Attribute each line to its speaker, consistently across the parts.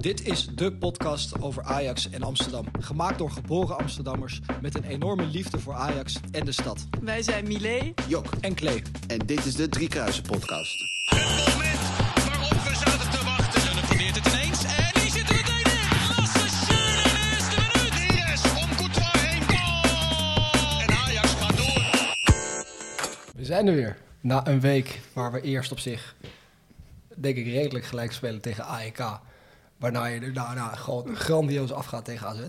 Speaker 1: Dit is de podcast over Ajax en Amsterdam. Gemaakt door geboren Amsterdammers met een enorme liefde voor Ajax en de stad.
Speaker 2: Wij zijn Milé.
Speaker 3: Jok.
Speaker 1: En Klee.
Speaker 3: En dit is de Driekruisen podcast.
Speaker 4: Het moment waarop we zaten te wachten. Zullen probeert het ineens. En die zit er meteen in. Lasse Schöne in de eerste minuut. Yes, om Courtois heen. Goal! En Ajax gaat door.
Speaker 1: We zijn er weer. Na een week waar we eerst op zich, denk ik, redelijk gelijk spelen tegen AEK. Waarna je er daarna gewoon grandioos afgaat tegen AZ.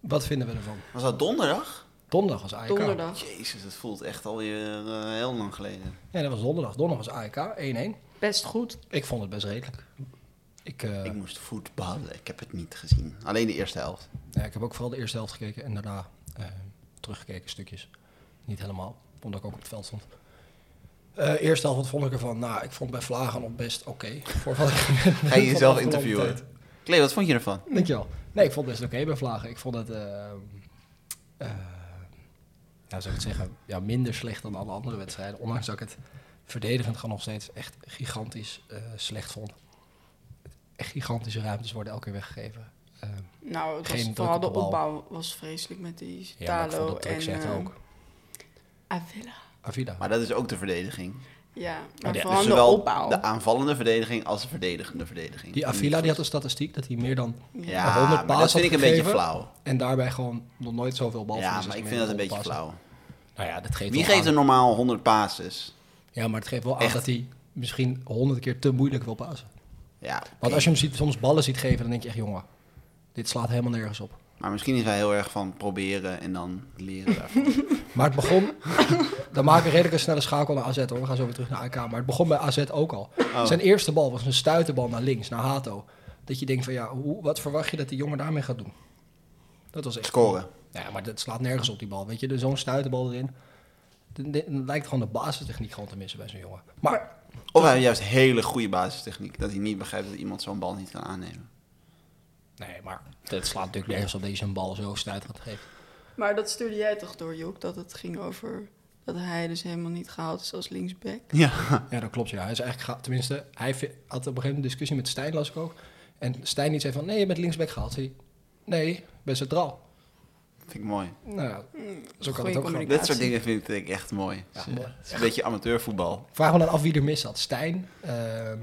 Speaker 1: Wat vinden we ervan?
Speaker 5: Was dat donderdag?
Speaker 1: Donderdag was E AEK.
Speaker 2: Donderdag.
Speaker 5: Jezus, dat voelt echt alweer eh, heel lang geleden.
Speaker 1: Ja, dat was donderdag. Donderdag was E AEK 1-1.
Speaker 2: Best goed.
Speaker 1: Ik vond het best redelijk. Ik, eh,
Speaker 5: Ik moest voetballen, ik heb het niet gezien. Alleen de eerste helft.
Speaker 1: Ja, Eh, ik heb ook vooral de eerste helft gekeken en daarna eh, teruggekeken stukjes. Niet helemaal, omdat ik ook op het veld stond. Eh, eerste helft, wat vond ik ervan? Nou, ik vond bij Vlagen nog best oké. voor wat ik
Speaker 5: Ga je
Speaker 1: van
Speaker 5: jezelf
Speaker 1: afgelopen tijd.
Speaker 5: interviewen? Klee, wat vond je ervan?
Speaker 1: Dankjewel. Nee, ik vond het best oké bij Vlagen. Ik vond het, eh, eh, ja, zou ik het zeggen, ja, minder slecht dan alle andere wedstrijden. Ondanks dat ik het verdedigend gewoon nog steeds echt gigantisch eh, slecht vond. Echt gigantische ruimtes worden elke keer weggegeven. Eh,
Speaker 2: Nou, het was,
Speaker 1: Geen
Speaker 2: vooral
Speaker 1: druk
Speaker 2: de
Speaker 1: op de bal.
Speaker 2: opbouw was vreselijk met die
Speaker 1: ja, maar ik vond
Speaker 2: Talo
Speaker 1: dat
Speaker 2: en
Speaker 1: Trek
Speaker 2: eh,
Speaker 1: ook.
Speaker 2: Avila.
Speaker 1: Avila.
Speaker 5: Maar dat is ook de verdediging.
Speaker 2: Ja,
Speaker 1: ja,
Speaker 2: maar
Speaker 1: dus
Speaker 2: vooral
Speaker 5: dus
Speaker 2: de
Speaker 5: zowel
Speaker 2: opbouw.
Speaker 5: de aanvallende verdediging als de verdedigende verdediging.
Speaker 1: Die Avila die had een statistiek dat hij meer dan
Speaker 5: Ja,
Speaker 1: 100
Speaker 5: maar
Speaker 1: paas
Speaker 5: dat vind ik
Speaker 1: had
Speaker 5: een beetje
Speaker 1: gegeven.
Speaker 5: flauw.
Speaker 1: en daarbij gewoon nog nooit zoveel bal.
Speaker 5: Ja, maar ik vind dat een beetje flauw.
Speaker 1: Nou ja, dat geeft
Speaker 5: Wie
Speaker 1: wel
Speaker 5: geeft er
Speaker 1: aan-
Speaker 5: normaal 100 passes?
Speaker 1: Ja, maar het geeft wel aan
Speaker 5: Echt?
Speaker 1: dat hij misschien honderd keer te moeilijk wil pasen.
Speaker 5: Ja,
Speaker 1: Want als je hem ziet, soms ballen ziet geven, dan denk je echt, jongen, dit slaat helemaal nergens op.
Speaker 5: maar misschien is hij heel erg van proberen en dan leren daarvan.
Speaker 1: Maar het begon, dan maken we redelijk een snelle schakel naar AZ hoor. We gaan zo weer terug naar AK. Maar het begon bij AZ ook al.
Speaker 5: Oh.
Speaker 1: Zijn eerste bal was een stuiterbal naar links, naar Hato. Dat je denkt van ja, hoe, wat verwacht je dat die jongen daarmee gaat doen? Dat was echt...
Speaker 5: Scoren.
Speaker 1: Ja, maar dat slaat nergens op die bal. Weet je, er zo'n stuiterbal erin. Dan dan lijkt gewoon de basistechniek gewoon te missen bij zo'n jongen. Maar
Speaker 5: Of hij heeft juist hele goede basistechniek. Dat hij niet begrijpt dat iemand zo'n bal niet kan aannemen.
Speaker 1: Nee, maar het slaat natuurlijk nergens op deze een bal zo stuit gaat geven.
Speaker 2: Maar dat stuurde jij toch door, Jok? Dat het ging over dat hij dus helemaal niet gehaald is als linksback.
Speaker 5: Ja.
Speaker 1: Ja, dat klopt. Ja, hij is eigenlijk ga- tenminste, hij vi- had op een gegeven moment een discussie met Stijn, las ik ook. En Stijn die zei van, nee, je bent linksback gehaald. Zei hij, nee, ben centraal.
Speaker 5: Vind ik mooi.
Speaker 1: Nou, ja, zo kan
Speaker 2: Goeie
Speaker 1: het ook
Speaker 2: communicatie.
Speaker 1: gaan.
Speaker 5: Dit soort dingen vind ik echt mooi.
Speaker 1: Ja,
Speaker 5: Het is, eh,
Speaker 1: mooi.
Speaker 5: het is een beetje amateurvoetbal.
Speaker 1: Ik Vraag me dan af wie er mis had. Stijn, ehm,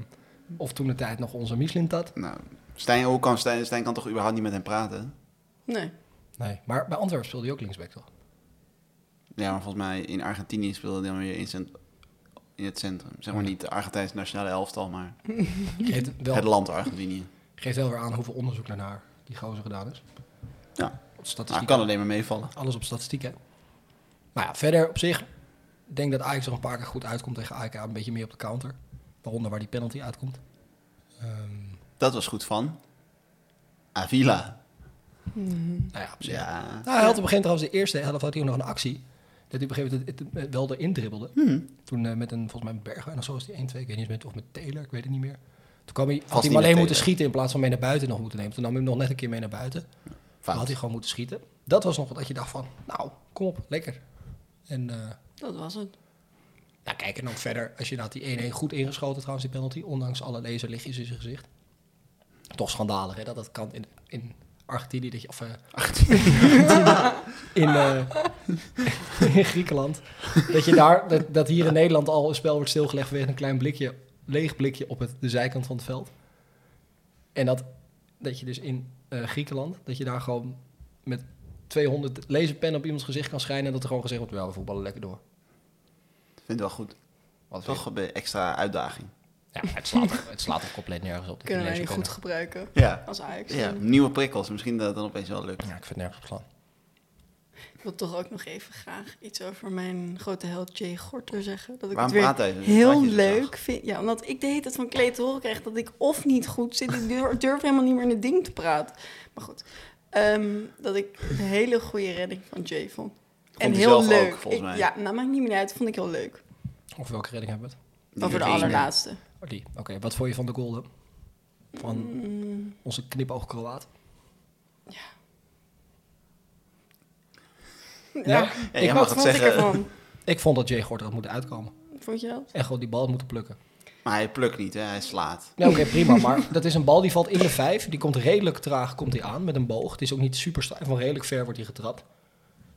Speaker 1: of toen de tijd nog onze Mislintat.
Speaker 5: Nou, Stijn, hoe kan Stijn, Stijn kan toch überhaupt niet met hem praten?
Speaker 2: Nee.
Speaker 1: Nee, maar bij Antwerpen speelde hij ook linksback toch?
Speaker 5: Ja, maar volgens mij in Argentinië speelde hij dan weer in, cent- in het centrum. Zeg maar niet de Argentijnse nationale elftal, maar
Speaker 1: Geeft
Speaker 5: het
Speaker 1: wel,
Speaker 5: land Argentinië.
Speaker 1: geeft wel weer aan hoeveel onderzoek naar haar die gozer gedaan is.
Speaker 5: Ja, nou,
Speaker 1: Statistiek
Speaker 5: kan alleen maar meevallen.
Speaker 1: Alles op statistiek, hè? Nou ja, verder op zich. Ik denk dat Ajax er een paar keer goed uitkomt tegen AEK. Een beetje meer op de counter. Waaronder waar die penalty uitkomt. Ehm,
Speaker 5: Dat was goed van Avila.
Speaker 1: nou ja, op zich.
Speaker 5: Ja,
Speaker 1: Nou, hij had op een gegeven moment trouwens de eerste helft had hij ook nog een actie. Dat hij op een gegeven moment het, het wel erin dribbelde.
Speaker 5: Hmm.
Speaker 1: Toen eh, met een, volgens mij met Bergwijn of zo was die 1-2. Ik weet niet eens met, of met Taylor, ik weet het niet meer. Toen kwam hij, had hij hem
Speaker 5: niet met
Speaker 1: alleen
Speaker 5: Taylor.
Speaker 1: moeten schieten in plaats van mee naar buiten nog moeten nemen. Toen nam hij hem nog net een keer mee naar buiten. Dan had hij
Speaker 5: fout.
Speaker 1: gewoon moeten schieten. Dat was nog dat je dacht van, nou, kom op, lekker. En eh,
Speaker 2: Dat was het.
Speaker 1: Nou, kijk, en ook verder, als je inderdaad die 1-1 goed ingeschoten trouwens, die penalty, ondanks alle laserlichtjes in zijn gezicht. Toch schandalig, hè, dat dat kan in, in Argentinië, dat je, of eh, in, eh, in Griekenland, dat je daar, dat, dat hier in Nederland al een spel wordt stilgelegd vanwege een klein blikje, leeg blikje op het, de zijkant van het veld. En dat, dat je dus in eh, Griekenland, dat je daar gewoon met 200 laserpennen op iemands gezicht kan schijnen en dat er gewoon gezegd wordt, wel, we voetballen lekker door.
Speaker 5: Ik vind het wel goed.
Speaker 1: Wat
Speaker 5: Toch een be- extra uitdaging.
Speaker 1: Ja, het slaat, het slaat ook compleet nergens op.
Speaker 2: Kunnen wij
Speaker 1: Deze
Speaker 2: niet goed
Speaker 1: kunnen-
Speaker 2: gebruiken
Speaker 5: Ja.
Speaker 2: als Ajax.
Speaker 5: ja,
Speaker 2: zijn.
Speaker 5: nieuwe prikkels. Misschien dat het dan opeens wel lukt.
Speaker 1: Ja, ik vind het nergens op slaan.
Speaker 2: Ik wil toch ook nog even graag iets over mijn grote held Jay Gorter zeggen. Dat ik
Speaker 5: Waarom
Speaker 2: het weer
Speaker 5: praat hij zo? Praat
Speaker 2: heel
Speaker 5: je dus zo
Speaker 2: leuk
Speaker 5: zacht?
Speaker 2: vind. Ja, omdat ik de hele tijd van Kleed te horen krijg dat ik of niet goed zit. Ik durf, durf helemaal niet meer in het ding te praten. Maar goed, Ehm, dat ik een hele goede redding van Jay vond. en
Speaker 5: hij
Speaker 2: heel
Speaker 5: zelf
Speaker 2: leuk.
Speaker 5: ook, volgens
Speaker 2: Ik-
Speaker 5: mij.
Speaker 2: ja, nou maakt niet meer uit. Vond ik heel leuk.
Speaker 1: Over welke redding hebben we het?
Speaker 5: Die
Speaker 2: Over de
Speaker 5: ring.
Speaker 2: allerlaatste.
Speaker 1: Oh, die. Oké, wat vond je van de golden? Van
Speaker 2: Mm.
Speaker 1: onze knipoog Kroaat?
Speaker 2: Ja,
Speaker 5: Ja,
Speaker 2: ik wat
Speaker 5: jij mag het
Speaker 2: vond ik
Speaker 5: zeggen.
Speaker 2: ervan?
Speaker 1: Ik vond dat Jay Gorter had moeten uitkomen.
Speaker 2: Vond je dat?
Speaker 1: En gewoon die bal had moeten plukken.
Speaker 5: Maar hij plukt niet, hè? hij slaat.
Speaker 1: Ja, oké, prima. Maar dat is een bal die valt in de vijf. Die komt redelijk traag komt die aan met een boog. Het is ook niet super stijf, maar redelijk ver wordt hij getrapt.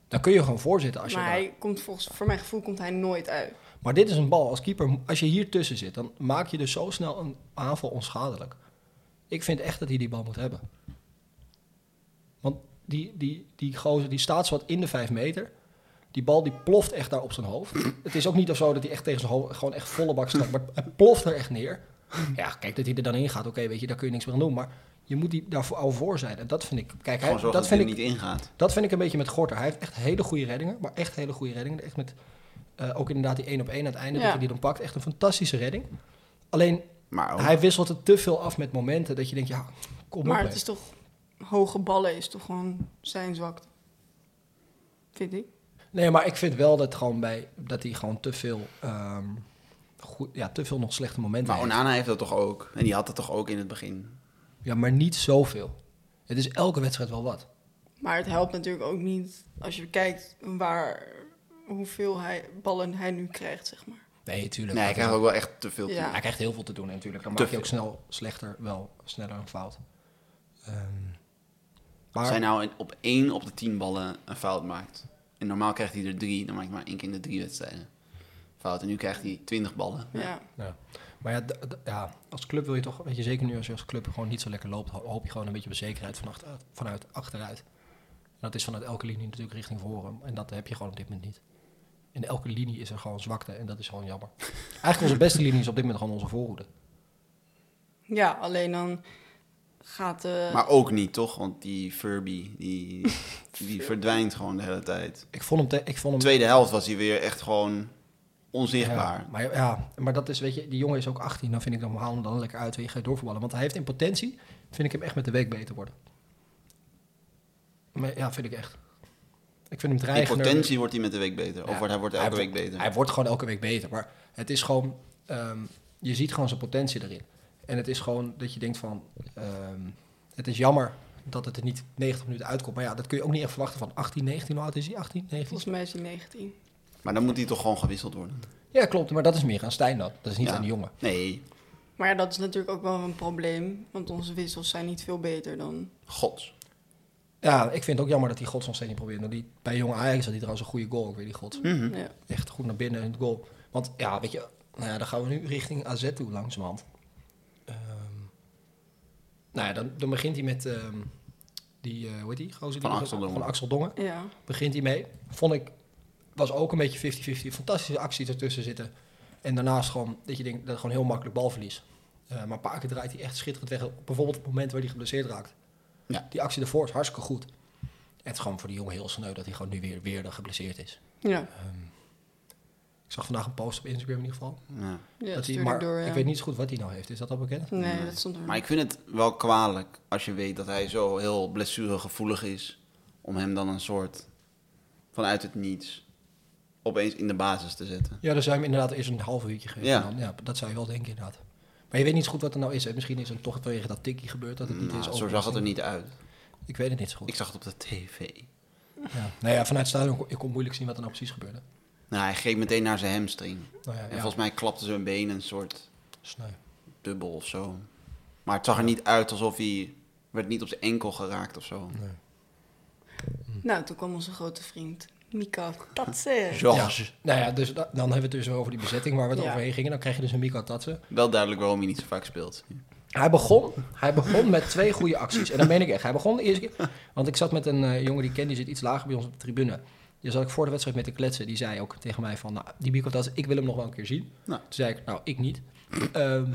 Speaker 1: Dan kun je gewoon voorzitten als je.
Speaker 2: maar
Speaker 1: daar-
Speaker 2: hij komt volgens, voor mijn gevoel komt hij nooit uit.
Speaker 1: Maar dit is een bal. Als keeper, als je hier tussen zit, dan maak je dus zo snel een aanval onschadelijk. Ik vind echt dat hij die bal moet hebben. Want die, die, die gozer die staat wat in de vijf meter. Die bal die ploft echt daar op zijn hoofd. Het is ook niet zo dat hij echt tegen zijn hoofd gewoon echt volle bak staat. Maar hij ploft er echt neer. Ja, kijk dat hij er dan in gaat. Oké, weet je, daar kun je niks meer aan doen. Maar je moet die daarvoor al voor zijn. En dat vind ik. Kijk, hij,
Speaker 5: Gewoon zorgen
Speaker 1: dat
Speaker 5: dat hij
Speaker 1: vind
Speaker 5: er
Speaker 1: ik
Speaker 5: niet ingaat.
Speaker 1: dat vind ik een beetje met Gorter. Hij heeft echt hele goede reddingen, maar echt hele goede reddingen. Echt met, eh, ook inderdaad die één op één aan het einde
Speaker 2: Ja.
Speaker 1: dat hij die dan pakt. Echt een fantastische redding. Alleen,
Speaker 5: Maar ook,
Speaker 1: hij wisselt het te veel af met momenten dat je denkt, ja, kom
Speaker 2: maar
Speaker 1: op.
Speaker 2: het
Speaker 1: hè.
Speaker 2: is toch, hoge ballen is toch gewoon zijn zwakte. Vind ik.
Speaker 1: Nee, maar ik vind wel dat, gewoon bij, dat hij gewoon te veel, ehm, goed, ja, te veel nog slechte momenten
Speaker 5: maar
Speaker 1: heeft.
Speaker 5: Onana heeft dat toch ook? En die had dat toch ook in het begin?
Speaker 1: Ja, maar niet zoveel. Het is elke wedstrijd wel wat.
Speaker 2: Maar het helpt natuurlijk ook niet als je kijkt waar, hoeveel hij, ballen hij nu krijgt, zeg maar.
Speaker 1: Nee, tuurlijk.
Speaker 5: Nee, hij
Speaker 1: Dat is
Speaker 5: krijgt ook wel echt te veel.
Speaker 2: Ja.
Speaker 5: Ja.
Speaker 1: Hij krijgt heel veel te doen en natuurlijk. Dan
Speaker 5: Te
Speaker 1: maak je ook snel slechter, wel sneller een fout. Ehm, maar,
Speaker 5: Als hij nou in- op één op de tien ballen een fout maakt. En normaal krijgt hij er drie, dan maakt hij maar één keer in de drie wedstrijden. Fout. En nu krijgt hij twintig ballen.
Speaker 2: Ja.
Speaker 1: Ja. Maar ja, d- d- ja, als club wil je toch, weet je, zeker nu als je als club gewoon niet zo lekker loopt, ho- hoop je gewoon een beetje op zekerheid van achteruit, vanuit achteruit. En dat is vanuit elke linie natuurlijk richting voren. En dat heb je gewoon op dit moment niet. In elke linie is er gewoon zwakte en dat is gewoon jammer. Eigenlijk onze beste linie is op dit moment gewoon onze voorhoede.
Speaker 2: Ja, alleen dan gaat eh, de...
Speaker 5: Maar ook niet, toch? Want die Furby, die, die verdwijnt gewoon de hele tijd.
Speaker 1: Ik vond hem... Te, ik vond hem
Speaker 5: tweede helft was hij weer echt gewoon onzichtbaar.
Speaker 1: Ja, maar, ja, maar dat is, weet je, die jongen is ook 18. Dan vind ik, dan haal hem dan lekker uit en je gaat doorvoetballen. Want hij heeft in potentie, vind ik hem echt met de week beter worden. Maar ja, vind ik echt. Ik vind hem
Speaker 5: In
Speaker 1: dreigender.
Speaker 5: potentie wordt hij met de week beter. Of
Speaker 1: Ja,
Speaker 5: wordt, hij wordt elke
Speaker 1: hij
Speaker 5: week
Speaker 1: wordt-
Speaker 5: beter.
Speaker 1: Hij wordt gewoon elke week beter. Maar het is gewoon, ehm, je ziet gewoon zijn potentie erin. En het is gewoon dat je denkt van, ehm, het is jammer dat het er niet 90 minuten uitkomt. Maar ja, dat kun je ook niet echt verwachten van 18, 19, hoe oud is hij? 18, 19?
Speaker 2: Volgens mij is hij 19.
Speaker 5: Maar dan moet hij toch gewoon gewisseld worden.
Speaker 1: Ja, klopt. Maar dat is meer aan Stijn dan. Dat is niet
Speaker 5: Ja.
Speaker 1: aan de jongen.
Speaker 5: Nee,
Speaker 2: Maar ja, dat is natuurlijk ook wel een probleem, want onze wissels zijn niet veel beter dan...
Speaker 5: gods.
Speaker 1: Ja, ik vind het ook jammer dat die Gods nog steeds niet probeert. Nou, die, bij Jong Ajax had hij trouwens een goede goal, ook weer die Gods.
Speaker 5: Hm.
Speaker 2: Ja.
Speaker 1: Echt goed naar binnen in het goal. Want ja, weet je, nou ja, dan gaan we nu richting AZ toe langzamerhand. Ehm nou ja, dan, dan begint hij met ehm, die, eh, hoe heet die gozer? die-
Speaker 5: Van Axel Dongen.
Speaker 1: Van Axel Dongen.
Speaker 2: ja.
Speaker 1: Begint hij mee. Vond ik, was ook een beetje 50-50. Fantastische actie ertussen zitten. En daarnaast gewoon, dat je denkt, dat gewoon heel makkelijk balverlies. Eh, maar een paar keer draait hij echt schitterend weg. Bijvoorbeeld op het moment waar hij geblesseerd raakt.
Speaker 5: Ja.
Speaker 1: Die actie daarvoor is hartstikke goed. Het is gewoon voor die jongen heel sneu dat hij gewoon nu weer, weer dan geblesseerd is.
Speaker 2: Ja,
Speaker 1: Ehm, Ik zag vandaag een post op Instagram in ieder geval.
Speaker 5: Ja.
Speaker 2: ja
Speaker 1: dat hij,
Speaker 2: stuur
Speaker 1: maar
Speaker 2: ik door, ja.
Speaker 1: ik weet niet zo goed wat hij nou heeft. Is dat al bekend?
Speaker 2: Nee, dat stond er
Speaker 5: Hm. Maar ik vind het wel kwalijk als je weet dat hij zo heel blessuregevoelig is. Om hem dan een soort vanuit het niets opeens in de basis te zetten.
Speaker 1: Ja, dan zou je hem inderdaad eerst een half uurtje geven.
Speaker 5: Ja.
Speaker 1: Ja. Dan, ja, dat zou je wel denken inderdaad. Maar je weet niet zo goed wat er nou is. Hè? Misschien is het toch vanwege dat tikkie gebeurd dat het niet
Speaker 5: Nou,
Speaker 1: is.
Speaker 5: zo zag het er
Speaker 1: overbelasting.
Speaker 5: niet uit.
Speaker 1: Ik weet het niet zo goed.
Speaker 5: Ik zag het op de tv.
Speaker 1: Ja. Nou ja, vanuit het stadion kon ik kon moeilijk zien wat er nou precies gebeurde.
Speaker 5: Nou, hij greep meteen naar zijn hamstring.
Speaker 1: Nou ja,
Speaker 5: En
Speaker 1: ja. Dus
Speaker 5: volgens mij klapte zijn been een soort
Speaker 1: Sneu.
Speaker 5: dubbel of zo. Maar het zag er niet uit alsof hij werd niet op zijn enkel geraakt of zo.
Speaker 2: Nou, toen kwam onze grote vriend Mika Tatse.
Speaker 5: Georges.
Speaker 1: Ja. Nou ja, dus da- dan hebben we het dus over die bezetting waar we het
Speaker 2: Ja.
Speaker 1: overheen gingen. Dan krijg je dus een Mika Tatsen.
Speaker 5: Wel duidelijk waarom hij niet zo vaak speelt.
Speaker 1: Hij begon, hij begon met twee goede acties. En dat meen ik echt. Hij begon de eerste keer. Want ik zat met een eh, jongen die ik ken, die zit iets lager bij ons op de tribune. Die zat ik voor de wedstrijd met te kletsen. Die zei ook tegen mij van, nou, die Mika Tatsen, ik wil hem nog wel een keer zien.
Speaker 5: Nou.
Speaker 1: Toen zei ik, nou, ik niet. Ehm,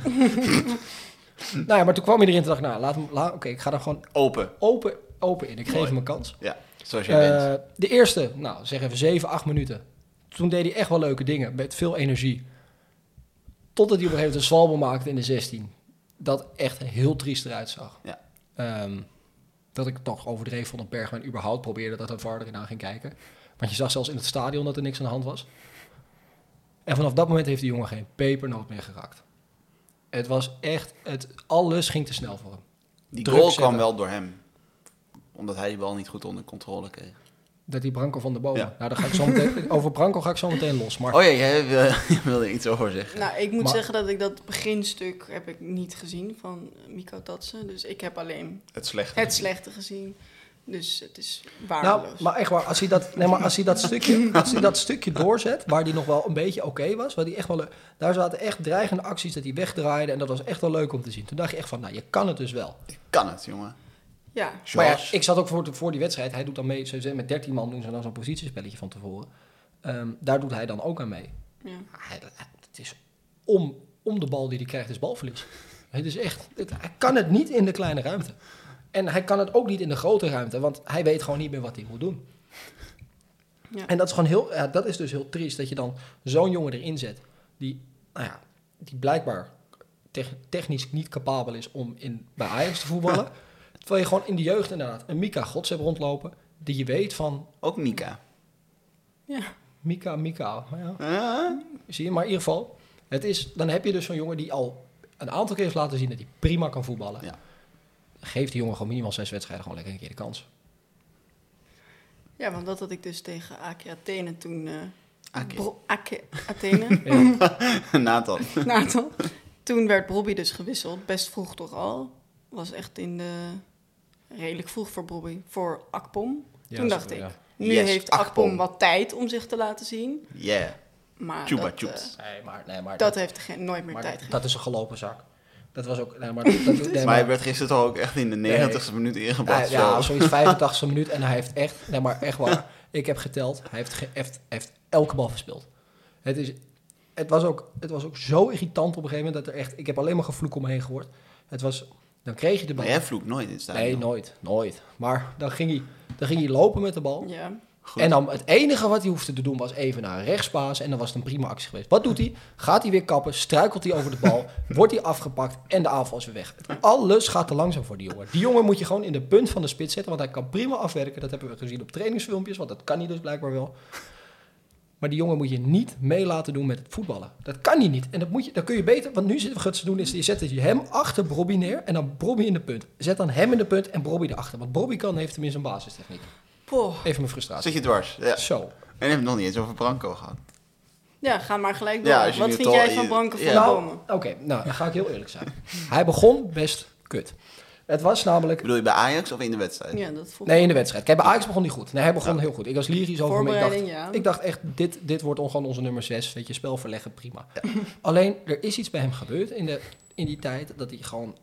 Speaker 1: nou ja, maar toen kwam iedereen en dacht, ik, nou, laat hem, la- oké, ik ga er gewoon
Speaker 5: Open.
Speaker 1: open, open in. Ik geef
Speaker 5: Mooi.
Speaker 1: hem een kans.
Speaker 5: Ja, zoals jij bent.
Speaker 1: Eh, de eerste, nou zeg even 7, 8 minuten. Toen deed hij echt wel leuke dingen met veel energie. Totdat hij op een gegeven moment een zwalbe maakte in de 16. Dat echt heel triest eruit zag.
Speaker 5: Ja.
Speaker 1: Ehm, dat ik toch overdreven vond dat Bergman überhaupt probeerde dat het VAR in aan ging kijken. Want je zag zelfs in het stadion dat er niks aan de hand was. En vanaf dat moment heeft die jongen geen pepernoot meer geraakt. Het was echt, het, alles ging te snel voor hem.
Speaker 5: Die
Speaker 1: druk
Speaker 5: goal
Speaker 1: zetten.
Speaker 5: kwam wel door hem. Omdat hij die bal niet goed onder controle kreeg.
Speaker 1: Dat die Branko van de bomen.
Speaker 5: Ja.
Speaker 1: Nou, daar ga ik zo meteen, over Branko ga ik zo meteen los. Maar
Speaker 5: Oh ja, jij wil- je wilde iets over zeggen.
Speaker 2: Nou, ik moet
Speaker 1: Maar-
Speaker 2: zeggen dat ik dat beginstuk heb ik niet gezien van Miko Tatsen. Dus ik heb alleen
Speaker 5: Het slechte.
Speaker 2: het slechte gezien. Dus het is waardeloos.
Speaker 1: Nou, maar echt waar, als hij dat, nee, maar als hij dat, stukje, als hij dat stukje doorzet, waar hij nog wel een beetje oké was, waar die echt wel, le- daar zaten echt dreigende acties dat hij wegdraaide en dat was echt wel leuk om te zien. Toen dacht je echt van, nou, je kan het dus wel.
Speaker 5: Kan het, jongen.
Speaker 2: Ja,
Speaker 1: Maar ja,
Speaker 5: Zoals-
Speaker 1: ik zat ook voor, voor die wedstrijd, hij doet dan mee, ze zeggen, met 13 man doen ze dan zo'n positiespelletje van tevoren. Ehm, daar doet hij dan ook aan mee.
Speaker 2: ja.
Speaker 1: Hij- Het is om, om de bal die hij krijgt is balverlies. Het is echt, het- hij kan het niet in de kleine ruimte. En hij kan het ook niet in de grote ruimte, want hij weet gewoon niet meer wat hij moet doen.
Speaker 2: Ja.
Speaker 1: En dat is, gewoon heel, ja, dat is dus heel triest, dat je dan zo'n jongen erin zet, die, nou ja, die blijkbaar tech- technisch niet capabel is om in, bij Ajax te voetballen. Terwijl je gewoon in de jeugd inderdaad een Mika Gods hebt rondlopen, die je weet van
Speaker 5: Ook Mika.
Speaker 2: ja.
Speaker 1: Mika, Mika. Maar ja,
Speaker 5: Huh?
Speaker 1: Zie je, maar in ieder geval, het is, dan heb je dus zo'n jongen die al een aantal keer heeft laten zien dat hij prima kan voetballen.
Speaker 5: Ja.
Speaker 1: Geef die jongen gewoon minimaal zes wedstrijden gewoon lekker een keer de kans.
Speaker 2: ja, want dat had ik dus tegen AK Athene toen... eh
Speaker 5: Aki.
Speaker 2: Bro- AK Athene,
Speaker 5: Nathan.
Speaker 2: Nathan. Toen werd Bobby dus gewisseld, best vroeg toch al. Was echt in de... Redelijk vroeg voor Bobby, voor Akpom.
Speaker 1: Ja,
Speaker 2: toen
Speaker 1: zo-
Speaker 2: dacht ik,
Speaker 1: ja.
Speaker 2: nu
Speaker 5: Yes,
Speaker 2: heeft
Speaker 5: Akpom.
Speaker 2: Akpom wat tijd om zich te laten zien.
Speaker 5: Yeah.
Speaker 1: Ah,
Speaker 2: Maar
Speaker 5: Chupa
Speaker 2: dat,
Speaker 5: chups.
Speaker 2: eh,
Speaker 1: Nee, maar, nee, maar,
Speaker 2: dat heeft geen, nooit meer
Speaker 1: maar
Speaker 2: tijd
Speaker 1: dat,
Speaker 2: gegeven.
Speaker 1: is een gelopen zak. Dat was ook, nee, maar, dat, dat- nee,
Speaker 5: Maar
Speaker 1: maar,
Speaker 5: hij werd gisteren toch ook echt in de 90ste minuut
Speaker 1: ja,
Speaker 5: ingebracht.
Speaker 1: ja,
Speaker 5: zo.
Speaker 1: zoiets 85e minuut en hij heeft echt, nee, maar echt waar, ik heb geteld, hij heeft, ge- heeft, heeft elke bal verspeeld. Het, is, het, was ook, het was ook zo irritant op een gegeven moment dat er echt, ik heb alleen maar gevloek om me heen gehoord. Het was, dan kreeg je de bal.
Speaker 5: Maar jij vloekt nooit in het stadion.
Speaker 1: Nee, nooit, nooit. Maar dan ging hij, dan ging hij lopen met de bal.
Speaker 2: Ja.
Speaker 5: Goed.
Speaker 1: En dan het enige wat hij hoefde te doen was even naar een rechtspaas. En dan was het een prima actie geweest. Wat doet hij? Gaat hij weer kappen, struikelt hij over de bal, wordt hij afgepakt en de aanval is weer weg. Alles gaat te langzaam voor die jongen. Die jongen moet je gewoon in de punt van de spits zetten, want hij kan prima afwerken. Dat hebben we gezien op trainingsfilmpjes, want dat kan hij dus blijkbaar wel. Maar die jongen moet je niet mee laten doen met het voetballen. Dat kan hij niet. En dat, moet je, dat kun je beter. Want nu zit Guts te doen is, je zet je hem achter Bobby neer en dan Bobby in de punt. Zet dan hem in de punt en Bobby erachter. Want Bobby kan heeft tenminste een basistechniek.
Speaker 2: Poh.
Speaker 1: Even mijn frustratie.
Speaker 5: Zit je dwars? Ja.
Speaker 1: Zo.
Speaker 5: En heb je het nog niet eens over Branco gehad.
Speaker 2: Ja, ga maar gelijk door.
Speaker 5: Ja, als je
Speaker 2: Wat
Speaker 5: nu
Speaker 2: vind
Speaker 5: toch-
Speaker 2: jij van Branko van
Speaker 5: Ja.
Speaker 2: de
Speaker 1: Nou,
Speaker 2: Bomen?
Speaker 1: oké, nou, dan ga ik heel eerlijk zijn. Hij begon best kut. Het was namelijk...
Speaker 5: Bedoel je bij Ajax of in de wedstrijd?
Speaker 2: Ja, dat voelt
Speaker 1: Nee, in de wedstrijd. Kijk, bij Ajax begon hij goed. Nee, hij begon heel goed. Ik was lyrisch over hem. Ik dacht,
Speaker 2: Voorbereiding, ja.
Speaker 1: ik dacht echt, dit, dit wordt on- gewoon onze nummer 6. Weet je, spel verleggen, prima. Alleen, er is iets bij hem gebeurd in, de, in die tijd... dat hij gewoon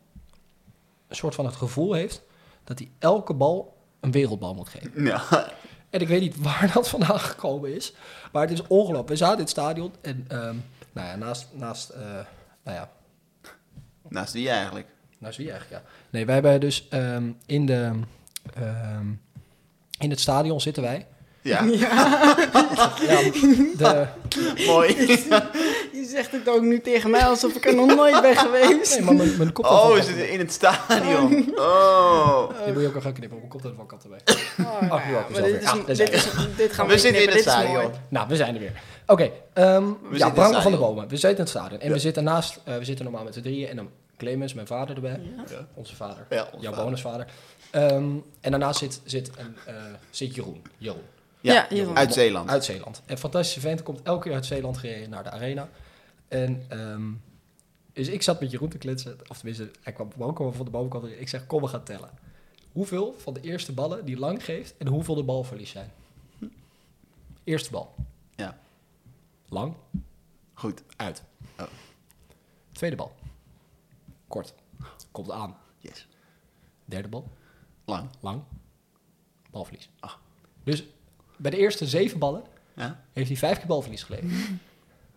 Speaker 1: een soort van het gevoel heeft... dat hij elke bal een wereldbal moet geven.
Speaker 5: Ja.
Speaker 1: En ik weet niet waar dat vandaan gekomen is. Maar het is ongelooflijk. We zaten in het stadion en ehm, nou ja, naast, naast eh, nou ja,
Speaker 5: Naast wie eigenlijk?
Speaker 1: nou zie je eigenlijk, ja. Nee, wij hebben dus ehm, in, de, ehm, in het stadion zitten wij.
Speaker 5: Ja,
Speaker 1: Ja, de,
Speaker 5: mooi.
Speaker 2: Je zegt het ook nu tegen mij alsof ik er nog nooit ben geweest.
Speaker 1: nee, maar mijn, mijn kop
Speaker 5: Oh, is het in het stadion? Oh.
Speaker 1: Die moet je ook al gaan knippen, mijn koptelefoon kapt erbij.
Speaker 2: Oh, nou ja,
Speaker 1: dat is
Speaker 2: maar
Speaker 1: wel
Speaker 2: dit, is,
Speaker 1: weer.
Speaker 2: een- dit, is, een- dit gaan we,
Speaker 5: We
Speaker 2: niet
Speaker 5: zitten
Speaker 2: knippen,
Speaker 5: in het
Speaker 2: dit is
Speaker 5: stadion.
Speaker 2: mooi.
Speaker 1: Nou, we zijn er weer. Oké, ehm, ja,
Speaker 5: het
Speaker 1: Branko van de
Speaker 5: stadion.
Speaker 1: Bomen. We zitten in het stadion. En we zitten naast, eh, we zitten normaal met z'n drieën en dan Clemens, mijn vader erbij.
Speaker 5: Ja.
Speaker 1: Onze vader.
Speaker 5: Ja, onze
Speaker 1: Jouw
Speaker 5: vader.
Speaker 1: bonusvader. Ehm, en daarnaast zit, zit, een, eh, zit Jeroen. Jeroen.
Speaker 2: Ja,
Speaker 5: Ja,
Speaker 2: Jeroen.
Speaker 5: uit Zeeland.
Speaker 1: Uit Zeeland. Een fantastische vent, komt elke keer uit Zeeland gereden naar de arena. En ehm, dus ik zat met Jeroen te kletsen, of tenminste, hij kwam boven, van de boven kwam erin. Ik zeg, kom, we gaan tellen. Hoeveel van de eerste ballen die lang geeft en hoeveel de balverlies zijn? Eerste bal,
Speaker 5: Ja,
Speaker 1: lang,
Speaker 5: goed.
Speaker 1: uit.
Speaker 5: Oh.
Speaker 1: Tweede bal, kort, komt aan.
Speaker 5: Yes.
Speaker 1: Derde bal,
Speaker 5: Lang.
Speaker 1: lang, balverlies.
Speaker 5: Ah.
Speaker 1: Dus bij de eerste zeven ballen
Speaker 5: Ja?
Speaker 1: heeft hij vijf keer balverlies geleverd.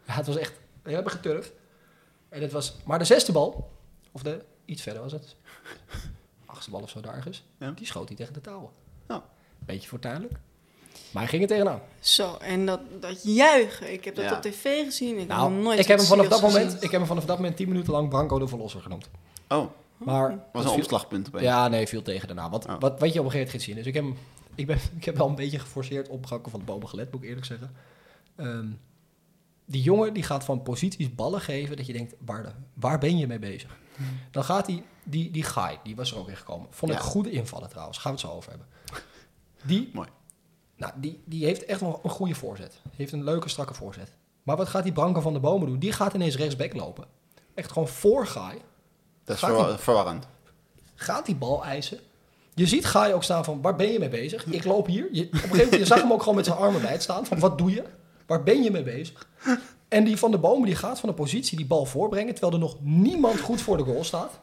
Speaker 1: ja, het was echt... We hebben geturfd. En het was... Maar de zesde bal, of de... Iets verder was het. Achtste bal of zo daar ergens.
Speaker 5: Ja.
Speaker 1: Die schoot hij tegen de touwen.
Speaker 5: Nou,
Speaker 1: Beetje fortuinlijk. Maar hij ging er tegenaan.
Speaker 2: Zo, en dat, dat juichen. Ik heb dat
Speaker 5: Ja.
Speaker 2: op tv gezien. Ik,
Speaker 1: Nou,
Speaker 2: heb, nog nooit
Speaker 1: ik heb, hem
Speaker 2: zoiets
Speaker 1: vanaf dat
Speaker 2: zieligs
Speaker 1: moment,
Speaker 2: gezien.
Speaker 1: ik heb hem vanaf dat moment tien minuten lang Branko de Verlosser genoemd.
Speaker 5: oh,
Speaker 1: Maar... dat
Speaker 5: was
Speaker 1: viel-
Speaker 5: een omslagpunt opeens.
Speaker 1: Ja, nee, viel tegen daarna. Wat,
Speaker 5: Oh.
Speaker 1: wat, wat je op een gegeven moment gaat zien. Dus ik heb, hem- ik ben, ik heb wel een beetje geforceerd op Branko van de Bomen gelet, moet ik eerlijk zeggen. Ehm, die jongen die gaat van posities ballen geven dat je denkt, waar, de- waar ben je mee bezig? Dan gaat die, die, die Guy, die was er ook in gekomen. Vond ik
Speaker 5: Hmm. Ja.
Speaker 1: goede invallen trouwens, gaan we het zo over hebben. Die
Speaker 5: Mooi.
Speaker 1: Nou, die, die heeft echt nog een goede voorzet. Heeft een leuke, strakke voorzet. Maar wat gaat die Branko van de Bomen doen? Die gaat ineens rechtsback lopen. Echt gewoon voor Gaai.
Speaker 5: Dat is
Speaker 1: Gaat
Speaker 5: verwar-
Speaker 1: die-
Speaker 5: verwarrend.
Speaker 1: Gaat die bal eisen. Je ziet Gaai ook staan van, waar ben je mee bezig? Ik loop hier. Je, op een gegeven moment je zag hem ook gewoon met zijn armen wijd staan. Van, wat doe je? Waar ben je mee bezig? En die van de Bomen die gaat van de positie die bal voorbrengen... terwijl er nog niemand goed voor de goal staat.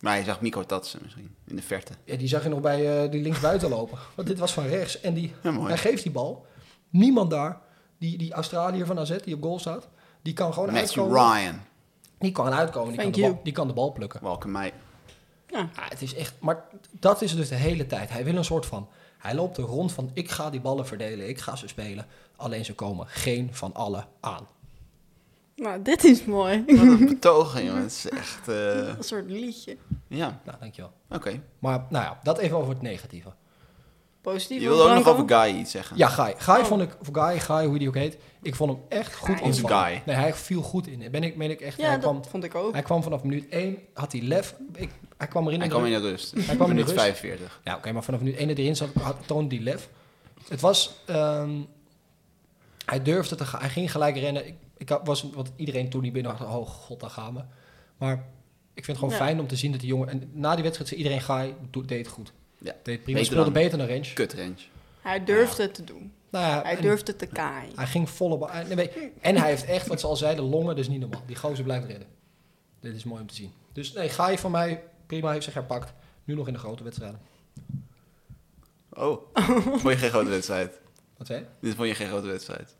Speaker 5: Maar je zag Mico Tatsen misschien, in de verte.
Speaker 1: Ja, die zag je nog bij eh, die linksbuiten lopen. Want dit was van rechts. En die,
Speaker 5: Ja, mooi.
Speaker 1: hij geeft die bal. Niemand daar. Die, die Australiër van AZ die op goal staat. Die kan gewoon
Speaker 5: Matthew
Speaker 1: uitkomen.
Speaker 5: Ryan.
Speaker 1: Die kan uitkomen. Die kan,
Speaker 2: Thank
Speaker 1: de bal,
Speaker 2: you.
Speaker 1: die kan de bal plukken.
Speaker 5: Walker mij.
Speaker 2: Ja.
Speaker 1: Ja, Ah, het is echt, maar dat is dus de hele tijd. Hij wil een soort van... Hij loopt er rond van ik ga die ballen verdelen. Ik ga ze spelen. Alleen ze komen geen van allen aan.
Speaker 2: Nou, dit is mooi.
Speaker 5: Wat een betogen, jongen. Het is echt... eh,
Speaker 2: Een soort liedje.
Speaker 5: ja,
Speaker 1: Nou, dankjewel.
Speaker 5: oké.
Speaker 1: Maar nou ja, dat even over het negatieve.
Speaker 2: Positief.
Speaker 5: Je wilde ook nog
Speaker 2: Branko.
Speaker 5: over Guy iets zeggen.
Speaker 1: Ja, Guy.
Speaker 2: Oh.
Speaker 1: Guy vond ik, of Guy, Guy, hoe die ook heet. Ik vond hem echt goed
Speaker 5: Onze
Speaker 1: invallen.
Speaker 5: Guy.
Speaker 1: Nee, hij viel goed in. Ben ik, ben ik echt,
Speaker 2: Ja,
Speaker 1: hij,
Speaker 2: dat
Speaker 1: kwam,
Speaker 2: vond ik ook.
Speaker 1: hij kwam vanaf minuut 1, had hij lef. Ik, hij kwam erin.
Speaker 5: Hij
Speaker 1: en
Speaker 5: kwam in
Speaker 1: eruit.
Speaker 5: de rust.
Speaker 1: Hij kwam in de
Speaker 5: Minuut
Speaker 1: rust.
Speaker 5: 45.
Speaker 1: Ja, oké, maar vanaf minuut 1 dat hij erin zat, had, toonde hij lef. Het was, ehm, hij durfde te gaan. Hij ging gelijk rennen. Ik, ik had- was, want iedereen toen die binnen had, oh god, daar gaan we. Maar ik vind het gewoon
Speaker 2: Ja.
Speaker 1: fijn om te zien dat die jongen... En na die wedstrijd zei iedereen, Guy do- deed het goed.
Speaker 5: Ja.
Speaker 1: Deed het prima,
Speaker 5: Beter
Speaker 1: speelde
Speaker 5: dan-
Speaker 1: beter dan Range.
Speaker 5: Kut range.
Speaker 2: Hij durfde het te doen.
Speaker 1: Nou ja,
Speaker 2: Hij
Speaker 1: en-
Speaker 2: durfde te kaaien.
Speaker 1: Hij ging volle bal. En, nee, weet je, en hij heeft echt, wat ze al zeiden, longen, dus niet normaal. Die gozer blijft redden. Dit is mooi om te zien. Dus nee, ga je van mij, prima, heeft zich herpakt. Nu nog in de grote wedstrijden.
Speaker 5: Oh, vond je geen grote wedstrijd?
Speaker 1: Wat zei je?
Speaker 5: Dit vond je geen grote wedstrijd.